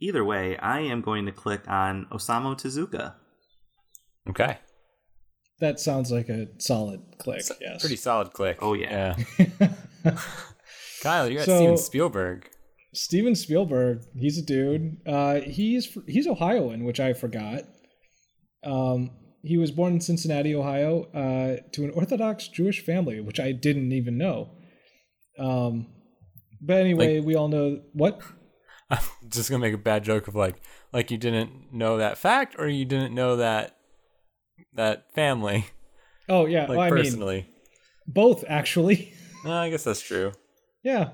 S3: either way, I am going to click on Osamu Tezuka.
S1: Okay.
S2: That sounds like a solid click. yes. *laughs*
S1: Pretty solid click.
S3: Oh, yeah.
S1: yeah. Kyle, you're at
S2: So-
S1: Steven Spielberg.
S2: Steven Spielberg, he's a dude. Uh, he's fr- he's Ohioan, which I forgot. Um, he was born in Cincinnati, Ohio, uh, to an Orthodox Jewish family, which I didn't even know. Um, but anyway, we all know what.
S1: I'm just gonna make a bad joke of like like you didn't know that fact or you didn't know that that family
S2: Oh yeah,
S1: like
S2: well, I mean
S1: personally.
S2: both actually. *laughs*
S1: No, I guess that's true.
S2: Yeah.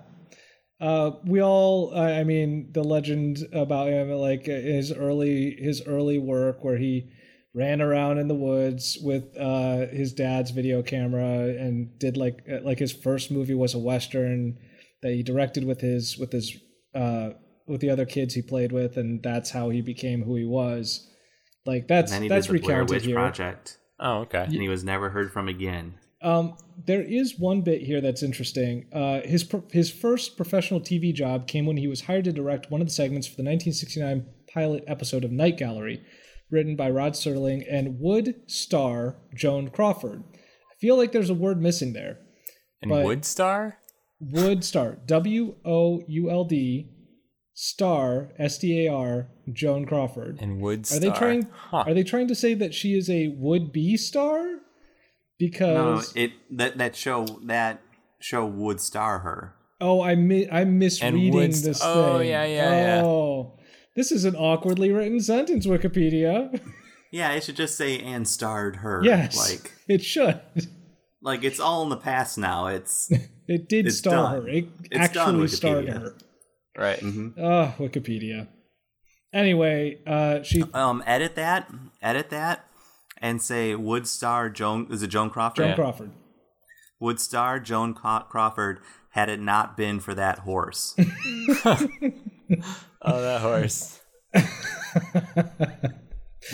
S2: Uh, we all, uh, I mean, the legend about him, like uh, his early his early work, where he ran around in the woods with uh, his dad's video camera and did like uh, like his first movie was a western that he directed with his with his uh, with the other kids he played with, and that's how he became who he was. Like that's
S3: Then he
S2: that's
S3: did the Blair
S2: recounted
S3: Witch
S2: here.
S3: Project,
S1: Oh, okay.
S3: and he was never heard from again.
S2: Um, there is one bit here that's interesting. Uh, his pro- his first professional TV job came when he was hired to direct one of the segments for the 1969 pilot episode of Night Gallery, written by Rod Serling and would star Joan Crawford. I feel like there's a word missing there.
S1: And
S2: But-
S1: Woodstar?
S2: Would star W O U L D Star S T A R Joan Crawford.
S1: And Wood
S2: Are they
S1: Star.
S2: trying?
S1: Huh.
S2: Are they trying to say that she is a would-be star?
S3: No,
S2: Because
S3: it that that show that show would star her.
S2: oh, I mi- I'm misreading
S1: Wood's-
S2: this
S1: oh,
S2: thing.
S1: yeah, yeah, yeah.
S2: Oh, this is an awkwardly written sentence, Wikipedia.
S3: Yeah, it should just say and starred her.
S2: yes,
S3: Like
S2: it should.
S3: like it's all in the past now.
S2: *laughs*
S3: It's
S2: It did
S3: It's
S2: star
S3: done.
S2: her. It
S3: It's done,
S2: actually starred
S3: Wikipedia.
S2: her.
S1: Right.
S3: mhm.
S2: Ah, Wikipedia. Anyway, uh, she
S3: um edit that, edit that, and say would star Joan is it Joan Crawford?
S2: Joan
S1: Yeah.
S2: Crawford.
S3: Would star Joan Co- Crawford had it not been for that horse.
S1: *laughs* Oh, that horse.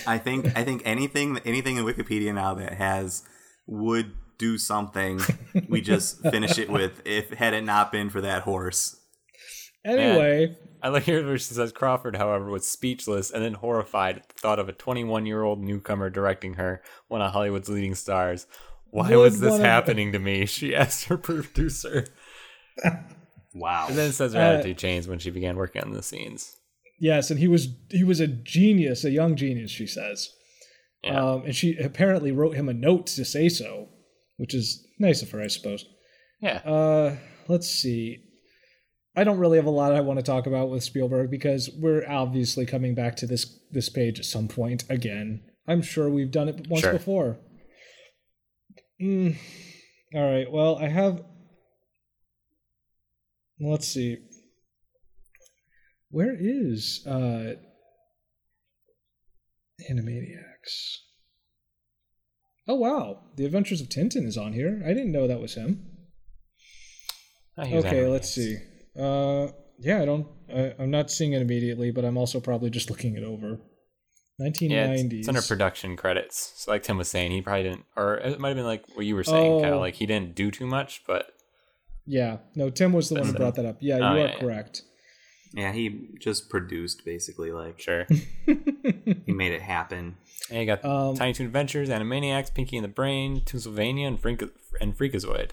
S3: I think I think anything anything in Wikipedia now that has would do something, we just finish it with if had it not been for that horse.
S2: Anyway,
S1: I like here where she says Crawford, however, was speechless and then horrified at the thought of a 21 year old newcomer directing her, one of Hollywood's leading stars. Why
S2: Would
S1: was this
S2: one of-
S1: happening to me? *laughs* She asked her producer.
S3: Wow.
S1: And then it
S2: Uh,
S1: says her attitude changed when she began working on the scenes.
S2: Yes, and he was he was a genius, a young genius, she says.
S1: Yeah.
S2: Um, and she apparently wrote him a note to say so, which is nice of her, I suppose.
S1: Yeah.
S2: Uh, let's see. I don't really have a lot I want to talk about with Spielberg because we're obviously coming back to this this page at some point again. I'm sure we've done it once
S1: Sure.
S2: before. Mm. All right. Well, I have. Let's see. Where is uh, Animaniacs? Oh wow, The Adventures of Tintin is on here. I didn't know that was him
S1: Oh, he was
S2: okay
S1: animated.
S2: let's see uh yeah i don't I, i'm not seeing it immediately but i'm also probably just looking it over
S1: Yeah, it's,
S2: 1990s
S1: it's under production credits. So, like Tim was saying, he probably didn't, or it might have been like what you were saying, kind
S2: Oh.
S1: of like he didn't do too much, but
S2: yeah no tim was the one who
S1: That's
S2: brought that up yeah
S1: Oh,
S2: you
S1: yeah,
S2: are
S1: yeah.
S2: correct *laughs*
S3: Yeah, he just produced basically, like
S1: sure.
S3: he made it happen.
S1: And you got
S2: Um,
S1: Tiny Toon Adventures, Animaniacs, Pinky and the Brain, Toonsylvania, and, Frink- and Freakazoid.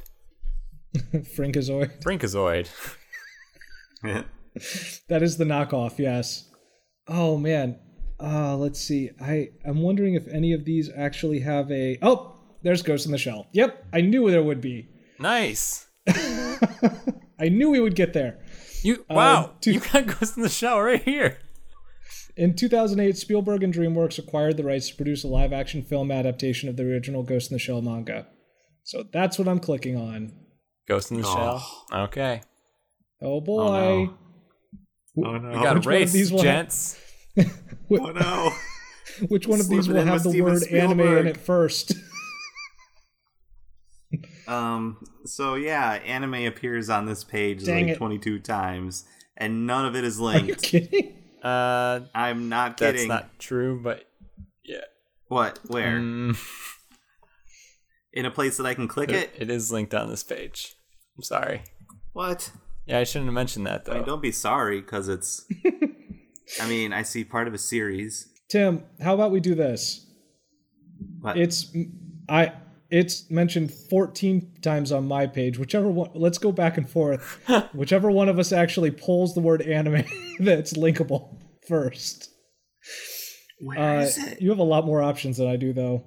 S2: frankazoid
S1: Brinkazoid.
S2: that is the knockoff yes oh man uh let's see i i'm wondering if any of these actually have a oh there's ghost in the shell yep i knew there would be
S1: *laughs* Nice.
S2: i knew we would get there
S1: You
S2: Um,
S1: wow.
S2: dude.
S1: You got *laughs* Ghost in the Shell right here.
S2: In 2008, Spielberg and DreamWorks acquired the rights to produce a live action film adaptation of the original Ghost in the Shell manga. So that's what I'm clicking on.
S1: Ghost in the
S3: Oh.
S1: Shell. Okay.
S2: Oh
S3: Oh
S2: boy.
S3: no! Oh no!
S1: You got
S2: Uh, Which
S1: a
S2: one of
S1: race,
S2: these will have-
S1: gents.
S3: *laughs* oh no!
S2: *laughs* Which one of these
S3: Slipping
S2: will
S3: in
S2: have
S3: with
S2: the
S3: Steven
S2: word anime in
S3: Spielberg.
S2: it first? *laughs*
S3: Um. So yeah, anime appears on this page
S2: Dang
S3: like
S2: it.
S3: 22 times, and none of it is
S2: Are *laughs* you
S3: linked.
S2: kidding?
S1: Uh,
S3: I'm not
S1: that's
S3: kidding.
S1: not true, but yeah.
S3: What? Where?
S1: Mm,
S3: in a place that I can click
S1: it-
S3: it?
S1: it is linked on this page. I'm sorry.
S3: What?
S1: Yeah, I shouldn't have mentioned that
S3: I
S1: though.
S3: mean, don't be sorry,
S2: *laughs*
S3: because it's. I mean, I see part of a series.
S2: Tim, how about we do this?
S3: What?
S2: It's I it's mentioned 14 times on my page. Whichever one let's go back and forth. Whichever one of us actually pulls the word anime *laughs* that's linkable first.
S3: Where
S2: Uh,
S3: is it?
S2: you have a lot more options than I do, though.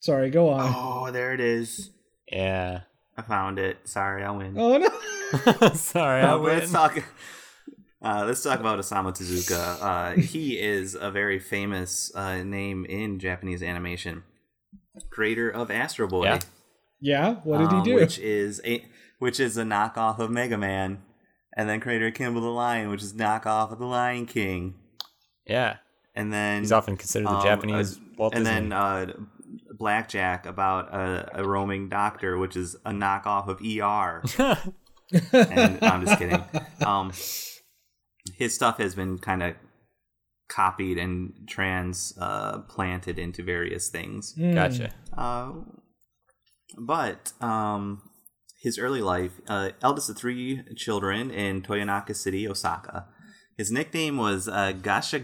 S2: Sorry, go on.
S3: Oh, there it is.
S1: Yeah. *laughs*
S3: I found it. Sorry, I win.
S2: Oh, no. *laughs*
S1: sorry, I
S3: Uh,
S1: win.
S3: let's talk. Uh, let's talk about Osamu Tezuka. Uh, he is a very famous uh, name in Japanese animation. Creator of Astro Boy,
S1: Yeah.
S2: Yeah, what did
S1: Oh,
S3: um,
S2: he do?
S3: Which is a which is a knockoff of Mega Man, and then creator of Kimball the Lion, which is knockoff of the Lion King,
S1: yeah.
S3: and then
S1: He's often considered the
S3: um,
S1: Japanese
S3: uh,
S1: Walt
S3: and
S1: Disney. *laughs*
S3: then uh, Blackjack about a, a roaming doctor, which is a knockoff of ER.
S1: *laughs*
S3: and no, I'm just kidding. Um, his stuff has been kind of copied and trans uh, planted into various things.
S2: Hmm.
S1: gotcha.
S3: Uh, but um, his early life, uh, eldest of three children in Toyonaka City, Osaka. His nickname was uh, Gasha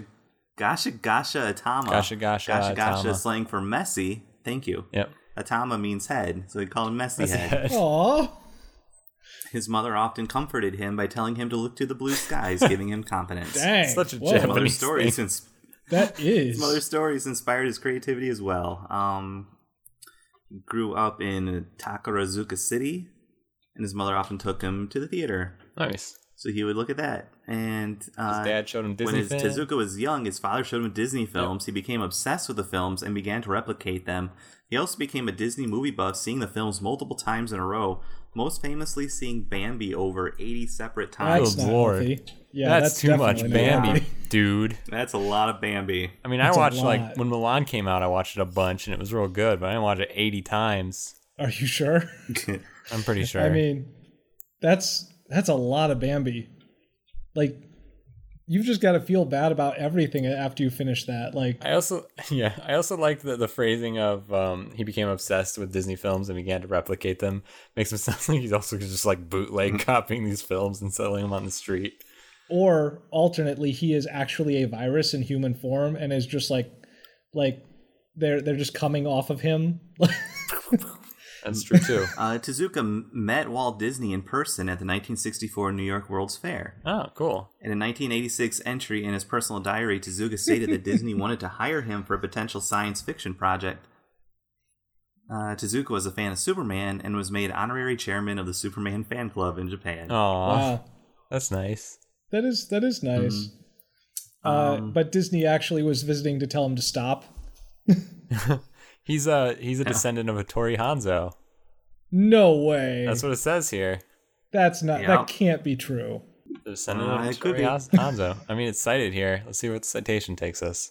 S3: Gasha Gasha Atama.
S1: Gasha Gasha
S3: Gasha Gasha
S1: Atama.
S3: slang for messy. Thank you.
S1: Yep. *laughs*
S3: Atama means head, so he called him messy head.
S2: Aw.
S3: His mother often comforted him by telling him to look to the blue
S1: *laughs*
S3: skies, giving him confidence.
S2: Dang.
S1: Such a
S2: whoa,
S3: His
S1: Japanese
S3: mother's stories
S1: thing.
S3: ins-
S2: That is.
S3: his mother's stories inspired his creativity as well. Um, grew up in Takarazuka City, and his mother often took him to the theater,
S1: Nice.
S3: so he would look at that. And
S1: His
S3: uh,
S1: dad showed him
S3: when
S1: Disney.
S3: his,
S1: Fan.
S3: Tezuka was young, his father showed him Disney films. He became obsessed with the films and began to replicate them. He also became a Disney movie buff, seeing the films multiple times in a row. Most famously, seeing Bambi over 80 separate times.
S2: That's not
S1: Lord.
S2: healthy. Yeah,
S1: that's, too much
S2: definitely not
S1: Bambi,
S2: healthy. *laughs*
S1: dude.
S3: That's a lot of
S1: *laughs*
S3: Bambi.
S1: I mean,
S2: That's
S1: I
S2: a
S1: watched like
S2: lot.
S1: when Milan came out, I watched it a bunch and it was real good, but I didn't watch it 80 times.
S2: Are you sure?
S1: I'm pretty sure.
S2: *laughs* I mean, that's that's a lot of Bambi. Like, you've just got to feel bad about everything after you finish that. Like,
S1: I also *laughs* yeah, I also liked the, the phrasing of um, he became obsessed with Disney films and began to replicate them. Makes him *laughs* sound like he's also just like
S3: *laughs*
S1: bootleg copying these films and selling them on the street.
S2: or alternately, he is actually a virus in human form and is just like, like they're they're just coming off of him. *laughs*
S1: That's true too.
S3: Uh, Tezuka m- met Walt Disney in person at the 1964 New York World's Fair.
S1: oh, cool.
S3: In a 1986 entry in his personal diary, Tezuka stated that Disney wanted to hire him for a potential science fiction project. Uh, Tezuka was a fan of Superman and was made honorary chairman of the Superman fan club in Japan.
S1: Aw,
S2: wow,
S1: that's nice.
S2: that is that is nice. Uh,
S3: Um,
S2: but Disney actually was visiting to tell him to stop.
S1: He's a he's a descendant of Hattori Hanzo.
S2: No way.
S1: That's what it says here.
S2: That's not.
S3: Yeah.
S2: That can't be true.
S1: The descendant
S3: Uh,
S1: of
S3: it could
S1: Hattori
S3: be.
S1: Han- Hanzo. I mean, it's cited here. Let's see where the citation takes us.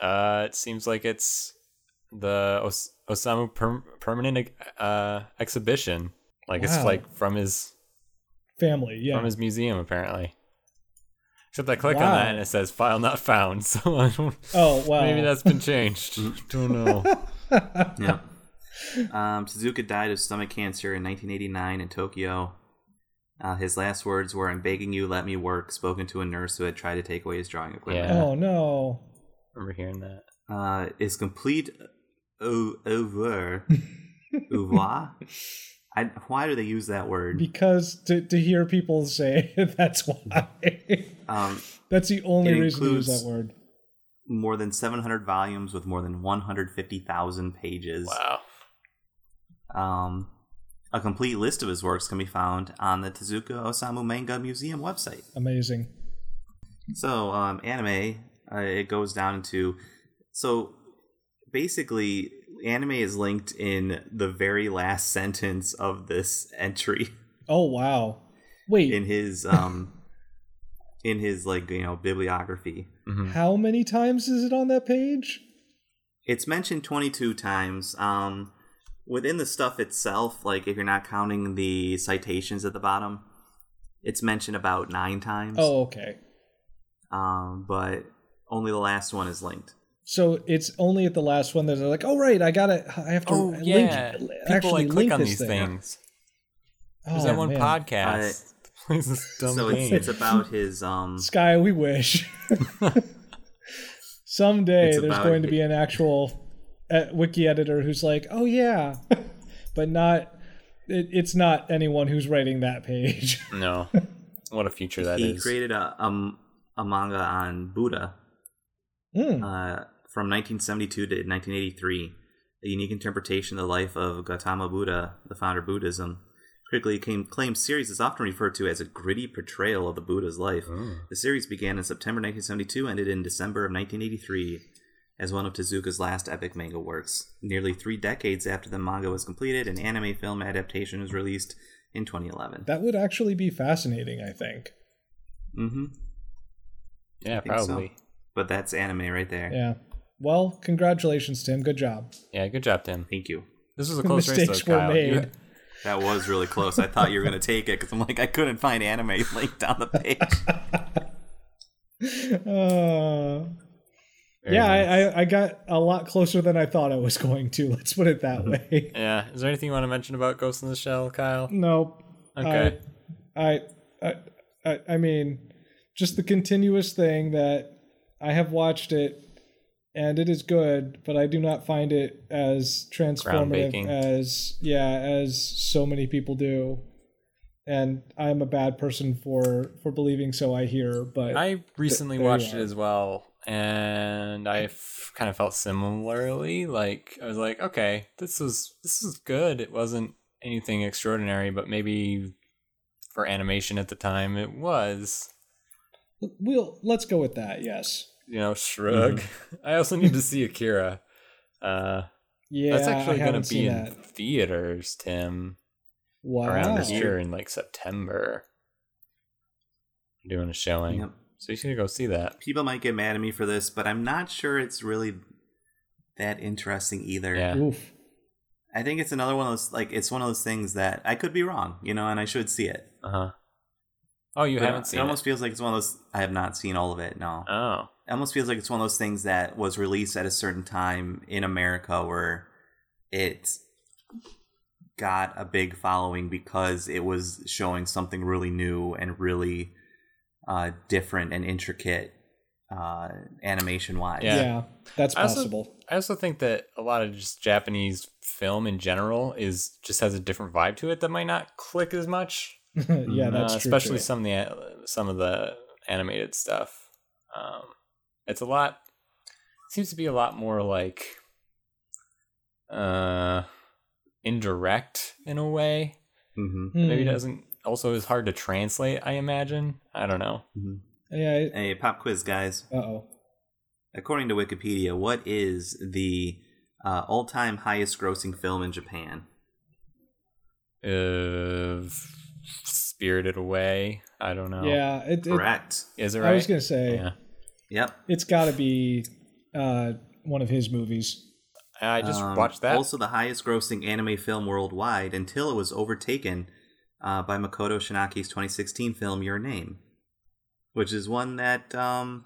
S1: Uh, it seems like it's the Os- Osamu per- permanent uh, exhibition. Like it's
S2: Wow.
S1: like from his
S2: Family. Yeah.
S1: from his museum apparently. Except I click on
S2: Wow.
S1: that and it says file not found. *laughs* So I don't,
S2: oh wow.
S1: maybe that's been *laughs* changed. Mm, don't know.
S2: *laughs*
S3: yeah. Um, Tezuka died of stomach cancer in 1989 in Tokyo. Uh, his last words were, I'm begging you, let me work, spoken to a nurse who had tried to take away his drawing equipment.
S1: Yeah.
S2: Oh no.
S1: remember hearing that.
S3: uh, is complete o- over ouvre. I, why do they use that word?
S2: Because to, to hear people say *laughs* it, that's why. *laughs*
S3: Um,
S2: that's the only
S3: It
S2: reason to use
S3: includes-
S2: that word.
S3: more than 700 volumes with more than 150,000 pages.
S1: Wow.
S3: Um, a complete list of his works can be found on the Tezuka Osamu Manga Museum website.
S2: Amazing.
S3: So, um, anime, uh, it goes down into. So, basically, anime is linked in the very last sentence of this entry.
S2: Oh wow. Wait,
S3: in his um in his like you know bibliography
S1: hmm
S2: Mm-hmm. how many times is it on that page?
S3: it's mentioned 22 times um within the stuff itself like if you're not counting the citations at the bottom it's mentioned about nine times
S2: Oh, okay.
S3: um but only the last one is linked
S2: So it's only at the last one that they're like, "Oh right, I gotta, I have to
S1: Oh
S2: link,
S1: yeah. People
S2: actually
S1: like
S2: link
S1: click on
S2: this
S1: these
S2: thing.
S1: things. There's
S2: Oh,
S1: that one
S2: man.
S1: podcast. plays *laughs*
S2: *laughs*
S1: this dumb
S3: so it's,
S1: game.
S3: it's about his
S1: *laughs*
S3: um
S2: Sky, we wish. Someday
S3: It's
S2: there's
S3: about-
S2: going to be an actual uh, wiki editor who's like, "Oh yeah," *laughs* but not. It, it's not anyone who's writing that page. *laughs*
S1: no. What a future that is.
S3: he created a um a manga on buddha
S2: Hmm.
S3: uh, from 1972 to 1983, a unique interpretation of the life of Gautama Buddha, the founder of Buddhism. Critically came, claimed series is often referred to as a gritty portrayal of the Buddha's life.
S1: Hmm.
S3: The series began in September 1972, ended in December of 1983, as one of Tezuka's last epic manga works. Nearly three decades after the manga was completed, an anime film adaptation was released in 2011.
S2: That would actually be fascinating, I think.
S3: mm-hmm.
S1: Yeah,
S3: think so.
S1: probably.
S3: But that's anime right there.
S2: Yeah. Well, congratulations, Tim. Good job. *laughs*
S1: Yeah, good job, Tim.
S3: Thank you.
S1: This was a close race,
S2: Mistakes
S1: though,
S2: were
S1: Kyle.
S2: made.
S1: You-
S3: That was really close. I thought you were going to take it because I'm like, I couldn't find anime *laughs* linked on the page.
S2: Uh,
S1: Very
S2: yeah,
S1: nice.
S2: I, I, I got a lot closer than I thought I was going to. *laughs* Let's put it
S1: Mm-hmm.
S2: that way.
S1: yeah. Is there anything you want to mention about Ghost in the Shell, Kyle?
S2: nope.
S1: Okay.
S2: I, I, I, I mean, just the continuous thing that I have watched it, and it is good, but I do not find it as transformative
S1: Groundbreaking.
S2: as yeah as so many people do. And I am a bad person for for believing so. I hear, but
S1: I recently
S2: there you
S1: watched it
S2: are.
S1: as well, and I f- kind of felt similarly. Like I was like, okay, this was this is good. It wasn't anything extraordinary, but maybe for animation at the time, it was.
S2: we'll let's go with that. Yes,
S1: You know, shrug.
S2: Mm-hmm.
S1: *laughs* I also need to see Akira. Uh,
S2: yeah,
S1: that's actually going
S2: I haven't
S1: to be
S2: seen
S1: in
S2: that. Ah.
S1: theaters, Tim,
S2: Wow.
S1: around this year in like September. We're doing a showing,
S3: Yep.
S1: so you should go see that.
S3: People might get mad at me for this, but I'm not sure it's really that interesting either.
S1: Yeah.
S2: Oof.
S3: I think it's another one of those like it's one of those things that I could be wrong, you know, and I should see it.
S1: Uh huh. Oh, you
S3: But
S1: haven't seen
S3: It
S1: it?
S3: almost feels like it's one of those. I have not seen all of it. No,
S1: Oh.
S3: it almost feels like it's one of those things that was released at a certain time in America where it got a big following because it was showing something really new and really uh, different and intricate uh, animation wise.
S2: Yeah.
S1: Yeah.
S2: that's
S1: I also-
S2: possible. *laughs*
S1: I also think that a lot of just Japanese film in general is just has a different vibe to it that might not click as much.
S2: yeah, that's
S1: Uh,
S2: true.
S1: especially
S2: too.
S1: some of the uh, some of the animated stuff. Um, it's a lot. Seems to be a lot more like uh, indirect in a way.
S3: hmm
S1: Maybe
S2: Hmm.
S1: doesn't. Also, is hard to translate. I imagine. I don't know.
S2: Yeah.
S3: Hey, pop quiz, guys.
S2: Uh oh.
S3: According to Wikipedia, what is the uh, all-time highest-grossing film in Japan?
S1: Uh, spirited away. I don't know.
S2: Yeah. It, it,
S3: Correct.
S1: Is it Oh. right?
S2: I was gonna say
S1: Yeah.
S3: Yep.
S2: it's got to be uh, one of his movies.
S1: I just
S3: Um,
S1: watched that.
S3: Also, the highest-grossing anime film worldwide until it was overtaken uh, by Makoto Shinaki's 2016 film Your Name, which is one that um,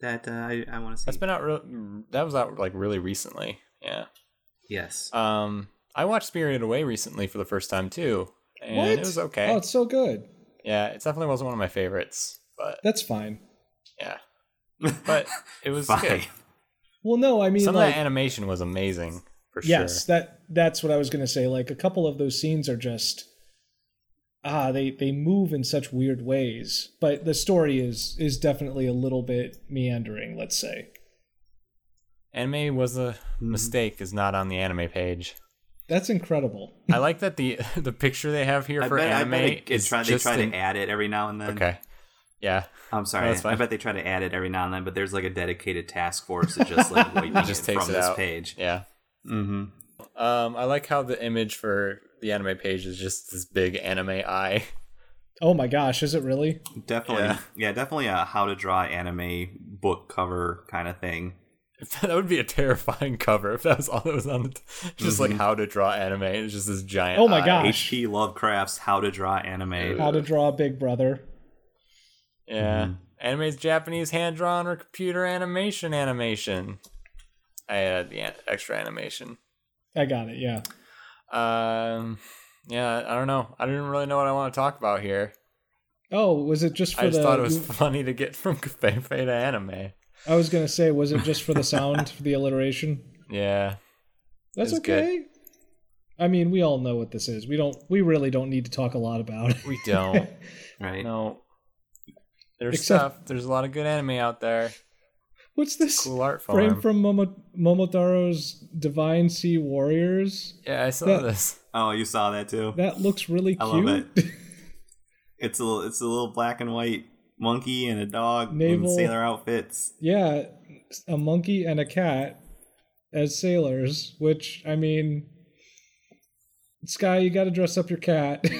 S3: that uh, I, I want to see.
S1: That's been out. Re- that was out like really recently. Yeah.
S3: yes.
S1: Um, I watched Spirited Away recently for the first time too, and
S2: what?
S1: it was okay.
S2: Oh, it's so good.
S1: yeah, it definitely wasn't one of my favorites, but
S2: That's fine.
S1: yeah, *laughs* but it was good.
S3: *laughs* Fine.
S2: Well, no, I mean,
S1: Some of
S2: like,
S1: that animation was amazing for
S2: yes,
S1: sure.
S2: that that's what I was gonna say. Like a couple of those scenes are just ah, they they move in such weird ways, but the story is is definitely a little bit meandering. Let's say
S1: Anime was a
S3: Mm-hmm.
S1: mistake. Is not on the anime page.
S2: that's incredible.
S1: I like that the *laughs* the picture they have here
S3: I
S1: for
S3: bet, I
S1: anime
S3: bet it- it
S1: is
S3: try, they
S1: just
S3: try
S1: an-
S3: to add it every now and then.
S1: okay. Yeah,
S3: I'm sorry.
S1: No, that's
S3: I
S1: fine.
S3: bet they try to add it every now and then, but there's like a dedicated task force that
S1: *laughs*
S3: just like wiping *laughs*
S1: just
S3: it
S1: takes
S3: from
S1: it
S3: this
S1: out.
S3: page.
S1: yeah.
S3: hmm
S1: Um, I like how the image for the anime page is just this big anime eye.
S2: Oh my gosh, is it really?
S3: Definitely, yeah.
S1: Yeah.
S3: definitely a how to draw anime book cover kind of thing.
S1: If *laughs* that would be a terrifying cover if that was all that was on the t- just like how to draw anime. It's just this giant.
S2: Oh my
S1: eye.
S2: God. Gosh.
S3: H.P. Lovecraft's How to Draw Anime.
S2: How to draw Big Brother?
S1: Yeah, anime is Japanese hand drawn or computer animation animation. I added the an- extra animation.
S2: I got it. Yeah.
S1: Um, yeah, I don't know. I didn't really know what I want to talk about here.
S2: Oh, was it just for
S1: I just
S2: the?
S1: thought it was *laughs* funny to get from Feifei to anime.
S2: *laughs* I was gonna say, was it just for the sound, for the alliteration?
S1: Yeah,
S2: That's
S1: It's good.
S2: okay. I mean, we all know what this is. We don't. We really don't need to talk a lot about it. *laughs*
S1: we don't.
S3: Right?
S1: No. There's
S2: Except-
S1: stuff. There's a lot of good anime out there.
S2: What's this
S1: Cool art
S2: frame
S1: form.
S2: from Momo, Momotaro's Divine Sea Warriors?
S1: yeah, I saw
S2: that-
S1: this.
S2: *laughs*
S1: *laughs*
S3: Oh, you saw that too.
S2: That looks really
S3: I
S2: cute. *laughs*
S3: love It's a it's a little black and white monkey and a dog
S2: Naval-
S3: in sailor outfits.
S2: yeah, a monkey and a cat as sailors. Which I mean, Sky, you got to dress up your cat. *laughs*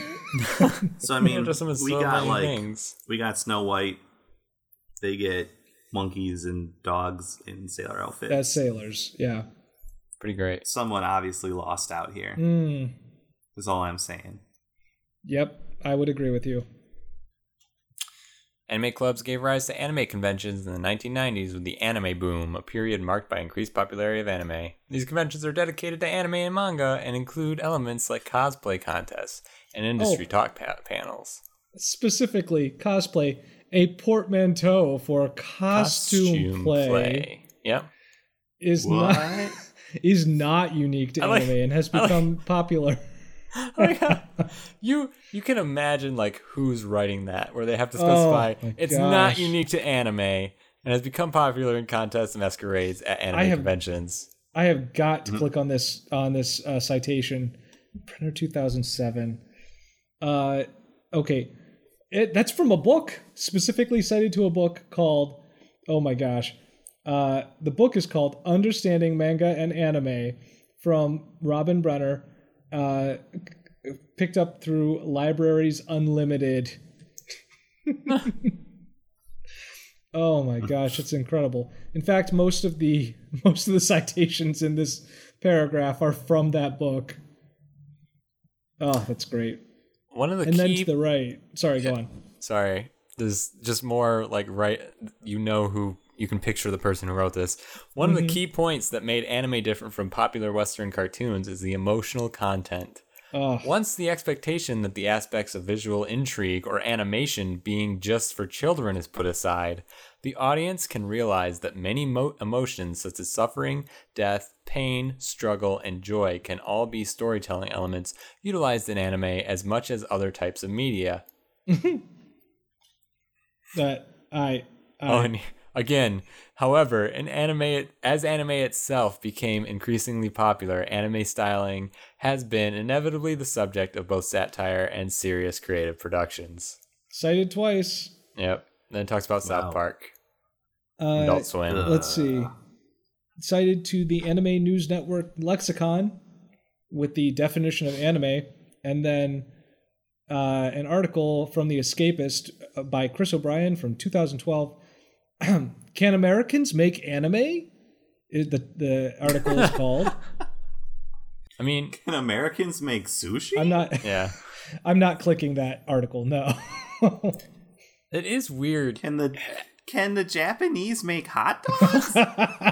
S3: So I
S1: *laughs*
S3: mean,
S1: Just some of
S3: we
S1: so
S3: got
S1: many
S3: like
S1: things.
S3: we got Snow White. They get monkeys and dogs in sailor outfits.
S2: as sailors, yeah.
S1: Pretty great.
S3: Someone obviously lost out here. Is
S2: Mm,
S3: all I'm saying.
S2: yep, I would agree with you.
S1: Anime clubs gave rise to anime conventions in the 1990s with the anime boom, a period marked by increased popularity of anime. These conventions are dedicated to anime and manga and include elements like cosplay contests and industry
S2: Oh.
S1: talk pa- panels.
S2: Specifically, cosplay a portmanteau for costume, play. *laughs*
S1: Yep.
S2: is not *laughs* is not unique to
S1: I like-
S2: anime and has
S1: I like-
S2: become popular. Oh
S1: Like, you you can imagine like who's writing that, where they have to
S2: Oh,
S1: specify
S2: my
S1: it's
S2: gosh.
S1: not unique to anime and has become popular in contests and masquerades at anime
S2: I have-
S1: conventions.
S2: I have got to click on this on this uh, citation, printer two thousand seven. Uh, okay, it, that's from a book specifically cited to a book called. Oh my gosh, uh, the book is called "Understanding Manga and Anime" from Robin Brenner, uh, c- picked up through Libraries Unlimited. Oh my gosh, it's incredible. In fact, most of the *laughs* most of the citations in this paragraph are from that book. Oh, that's great.
S1: One of the
S2: And then
S1: key
S2: to the right. Sorry, go on.
S1: sorry there's just more like right you know who you can picture the person who wrote this one of the key points that made anime different from popular western cartoons is the emotional content
S2: Oh,
S1: once the expectation that the aspects of visual intrigue or animation being just for children is put aside, the audience can realize that many mo- emotions such as suffering, death, pain, struggle, and joy can all be storytelling elements utilized in anime as much as other types of media.
S2: that I. I
S1: Oh, and *laughs* again, however, in anime, as anime itself became increasingly popular, anime styling has been inevitably the subject of both satire and serious creative productions.
S2: cited twice.
S1: Yep. Then it talks about
S3: Wow.
S1: South Park,
S2: Uh,
S1: Adult Swim.
S3: Ugh.
S2: let's see. Cited to the Anime News Network lexicon with the definition of anime, and then uh, an article from The Escapist uh, by Chris O'Brien from 2012. *clears throat* Can Americans make anime? Is the the article is
S1: *laughs*
S2: called.
S1: I mean,
S3: *laughs* Can Americans make sushi?
S2: I'm not.
S1: yeah.
S2: I'm not clicking that article. No. *laughs*
S1: It is weird.
S3: Can the can the Japanese
S1: *laughs*
S3: make hot dogs?
S1: I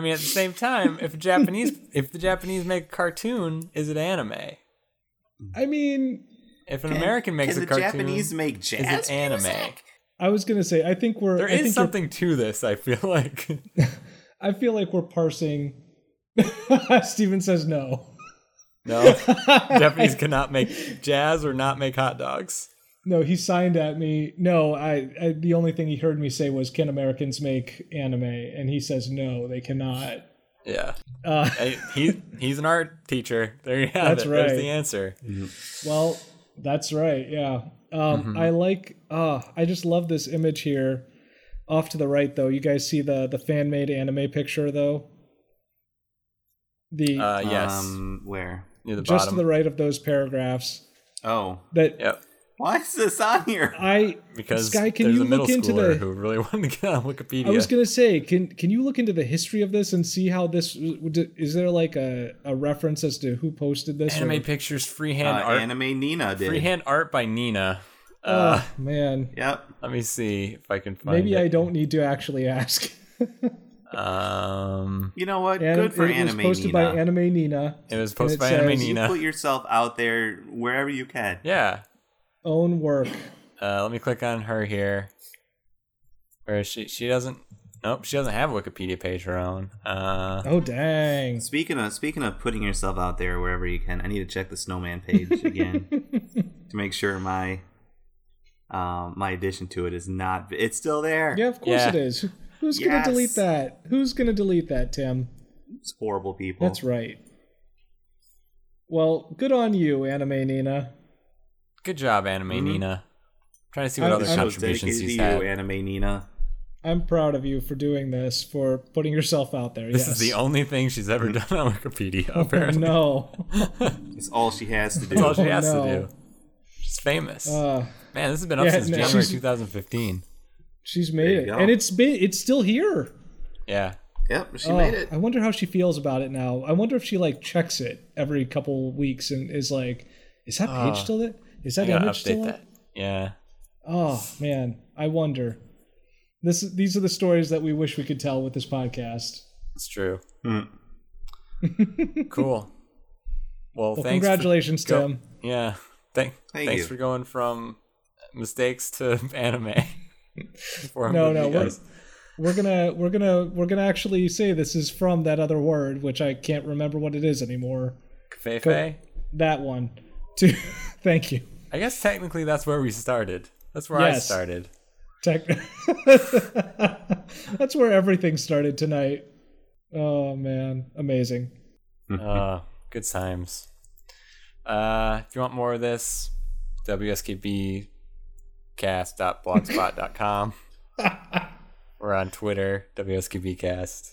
S1: mean, at the same time, if
S3: *laughs*
S1: Japanese, if the Japanese make a cartoon, is it anime?
S2: I mean,
S1: If an American makes
S3: can
S1: a
S3: the
S1: cartoon,
S3: Japanese make jazz
S1: it anime?
S3: music?
S2: I was gonna say. I think we're.
S1: there
S2: I
S1: is
S2: think you're-
S1: something to this. I feel like. *laughs*
S2: I feel like we're parsing. *laughs* Steven says no. *laughs*
S1: No, *laughs* Japanese cannot make jazz or not make hot dogs.
S2: No, he signed at me. No, I, I. The only thing he heard me say was, "Can Americans make anime?" And he says, "No, they cannot."
S1: Yeah,
S2: Uh,
S1: I- he he's an art teacher. There you have
S2: That's
S1: it. There's
S2: right.
S1: the answer.
S2: well, that's right. Yeah. Um,
S1: Mm-hmm.
S2: I like. Uh, I just love this image here. Off to the right, though, you guys see the the fan made anime picture, though. The
S1: Uh, yes,
S3: Um, where?
S1: near the
S2: just
S1: bottom.
S2: to the right of those paragraphs
S3: Oh,
S2: that
S1: Yep,
S3: why is this on here?
S2: I
S1: because
S2: Sky, can
S1: there's
S2: you
S1: a middle
S2: look into
S1: schooler
S2: the-
S1: who really *laughs* wanted to get on Wikipedia.
S2: I was gonna say, can can you look into the history of this and see how this is there like a, a reference as to who posted this? or-
S1: anime pictures,
S3: Uh,
S1: freehand art,
S3: anime Nina did.
S1: freehand art by Nina. Uh,
S2: oh man,
S3: Yep.
S1: let me see if I can find
S2: maybe I
S1: it.
S2: don't need to actually ask. *laughs*
S1: Um,
S3: You know what?
S2: And
S3: Good for
S2: it
S3: anime
S2: was posted
S3: Nina.
S2: by Anime Nina.
S1: it was posted
S2: it
S1: by Anime
S2: says-
S3: you
S1: Nina.
S3: put yourself out there wherever you can.
S1: Yeah.
S2: Own work.
S1: Uh, let me click on her here. Where is she? She doesn't. Nope, she doesn't have a Wikipedia page her own. Uh,
S2: Oh dang!
S3: Speaking of speaking of putting yourself out there wherever you can, I need to check the
S2: *laughs*
S3: snowman page again to make sure my um, my addition to it is not. It's still there.
S2: Yeah, of course
S1: Yeah.
S2: it is. Who's gonna
S3: Yes.
S2: delete that? Who's gonna delete that, Tim?
S3: It's horrible people.
S2: That's right. Well, good on you, Anime Nina.
S1: good job, Anime
S2: Mm-hmm.
S1: Nina. trying to see what
S2: I-
S1: other
S2: I-
S3: This show's
S1: contributions
S3: dedicated to
S1: she's
S3: you,
S1: had.
S3: anime Nina.
S2: I'm proud of you for doing this, for putting yourself out there.
S1: This
S2: yes. Mm-hmm. Oh,
S1: is the
S2: *laughs*
S1: only thing she's ever done on Wikipedia. Apparently,
S2: No.
S3: It's all
S1: *laughs*
S3: she has to
S1: that's all
S3: do.
S1: she
S2: Oh,
S1: has
S2: no.
S1: to do. She's famous.
S2: Uh,
S1: Man, this has been up
S2: yeah,
S1: since
S2: no,
S1: January
S2: *laughs* she's-
S1: 2015.
S2: She's
S3: There
S2: made
S3: you
S2: it,
S3: go.
S2: and it's been it's still here.
S1: Yeah.
S3: yep, she
S2: Oh,
S3: made it.
S2: I wonder how she feels about it now. I wonder if she like checks it every couple weeks and is like, "Is that page still there? Is that
S1: Ah. I gotta
S2: image still
S1: update
S2: there?"
S1: that. Yeah.
S2: Oh man, I wonder. This these are the stories that we wish we could tell with this podcast.
S1: It's true.
S2: Hmm. *laughs*
S1: cool. Well,
S2: Well,
S1: thanks. for-
S2: congratulations,
S1: go-
S2: Tim.
S1: yeah. Thank,
S3: Thank
S1: thanks
S3: you.
S1: for going from mistakes to *laughs* anime. Before I'm
S2: No,
S1: with
S2: no,
S1: you
S2: we're-
S1: guys.
S2: we're gonna we're gonna we're gonna actually say this is from that other word, which I can't remember what it is anymore.
S1: Kfefe?
S2: That one. *laughs* To thank you.
S1: I guess technically that's where we started. That's where I
S2: Yes.
S1: started.
S2: Tech- *laughs* That's where everything started tonight. Oh man, amazing.
S1: Uh, good times. Uh, if you want more of this,
S2: *laughs*
S1: wskbcast.blogspot.com. We're on Twitter, wskbcast.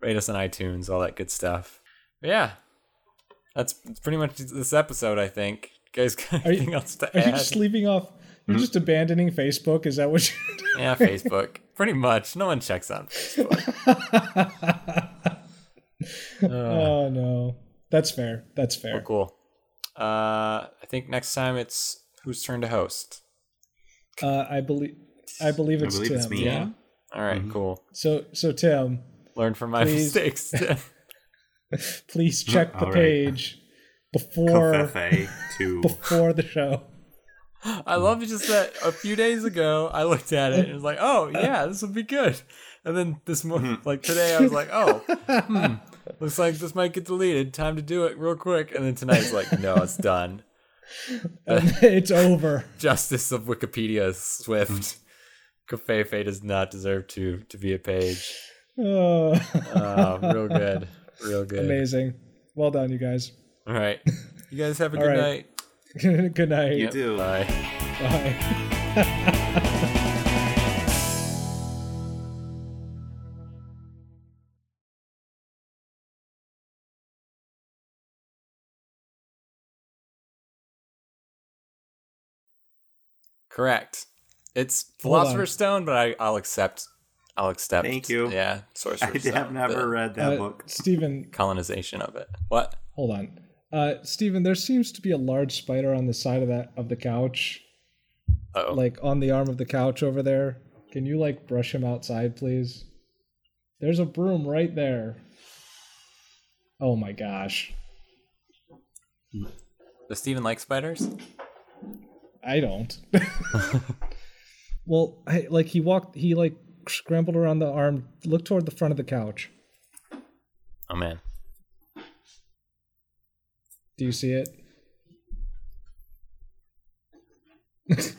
S1: Rate us on iTunes, all that good stuff. But yeah, that's, that's pretty much this episode. I think. You guys, got
S2: you-
S1: anything else to
S2: Are
S1: add?
S2: you just leaving off?
S3: Mm-hmm.
S2: You're just abandoning Facebook? Is that what you're doing?
S1: yeah, Facebook. Pretty much. No one checks on.
S3: Uh.
S2: *laughs* Oh no, that's fair. That's fair.
S1: Cool. Uh, I think next time it's whose turn to host.
S2: Uh, I believe. I believe
S3: I
S2: it's
S3: believe
S2: Tim.
S3: it's me.
S2: Yeah.
S1: All right, cool.
S2: So so Tim,
S1: Learn from my *laughs*
S2: Please.
S1: mistakes.
S2: *laughs*
S1: Tim.
S2: please check the
S3: Uh-huh. All right.
S2: page before
S3: Kofefe to
S2: before the show. *laughs*
S1: I love it just that a few days ago I looked at it and it was like, oh yeah, this would be good. And then this morning, like today, I was like, oh, hmm, looks like this might get deleted. Time to do it real quick. And then tonight's like, no, it's done. *laughs*
S2: it's over.
S1: Justice of Wikipedia is swift. Kafefe does not deserve to to be a page.
S3: Uh,
S2: Oh,
S1: Oh, real good, real good.
S2: *laughs* amazing. Well done, you guys. *laughs*
S1: All right, you guys have a
S2: All
S1: good night.
S2: right. Good night.
S1: Yep,
S3: do.
S1: Bye.
S2: Bye.
S1: Correct. It's
S2: Hold on.
S1: Philosopher's Stone, but I, I'll accept. I'll accept.
S3: Thank you.
S1: Yeah, Sorcerer's
S3: *laughs* I
S1: Stone.
S3: have
S1: the
S3: never read that
S2: Uh,
S3: book.
S2: Stephen,
S1: colonization of it. What?
S2: hold on. Uh, Stephen, there seems to be a large spider on the side of that of the couch,
S1: Oh,
S2: like on the arm of the couch over there. Can you like brush him outside, please? There's a broom right there. Oh my gosh.
S1: does Steven like spiders?
S2: I don't. well, I, like he walked, he like scrambled around the arm, looked toward the front of the couch.
S1: Oh man,
S2: Do you see it? *laughs*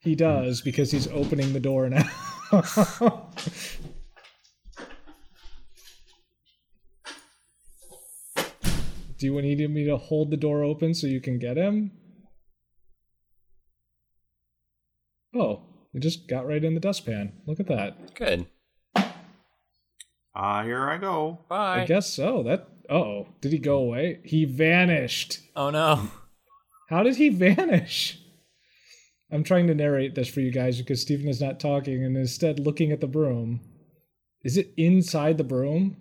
S2: he does because he's opening the door now. *laughs* Do you need me to hold the door open so you can get him? Oh, it just got right in the dustpan. Look at that.
S1: good.
S3: Ah, here I go.
S1: Bye.
S2: I guess so. That. Oh, did he go away? He vanished.
S1: Oh no.
S2: How did he *laughs* vanish? I'm trying to narrate this for you guys because Stephen is not talking and instead looking at the broom. Is it inside the broom?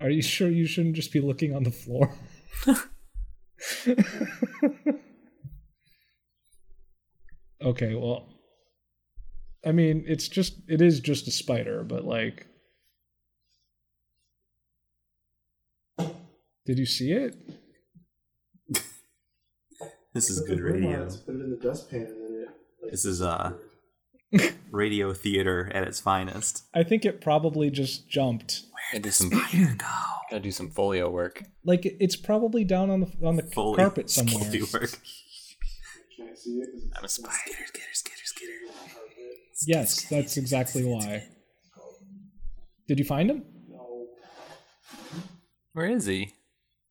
S2: Are you sure you shouldn't just be looking on the floor? *laughs* okay, well I mean, it's just it is just a spider, but like did you see it?
S3: This is
S4: Put the
S3: good
S4: broom on,
S3: radio.
S4: let's Put it in the dustpan and then it. Like,
S3: This is uh *laughs* radio theater at its finest.
S2: I think it probably just jumped.
S1: Gotta do some. Gotta do some folio work.
S2: Like it's probably down on the on the
S3: Fully *laughs*
S2: carpet somewhere.
S3: fully work.
S4: can't see it 'cause it's
S1: I'm a spider.
S2: Yes, that's exactly why. Did you find him?
S1: Where is he?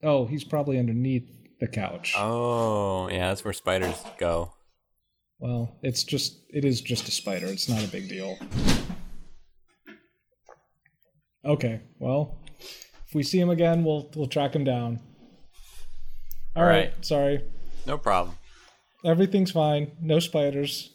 S2: Oh, he's probably underneath the couch.
S1: Oh yeah, that's where spiders go.
S2: Well, it's just it is just a spider. It's not a big deal. Okay. Well, if we see him again, we'll we'll track him down. All
S1: All right.
S2: right.
S1: *laughs*
S2: Sorry.
S1: No problem.
S2: Everything's fine. No spiders.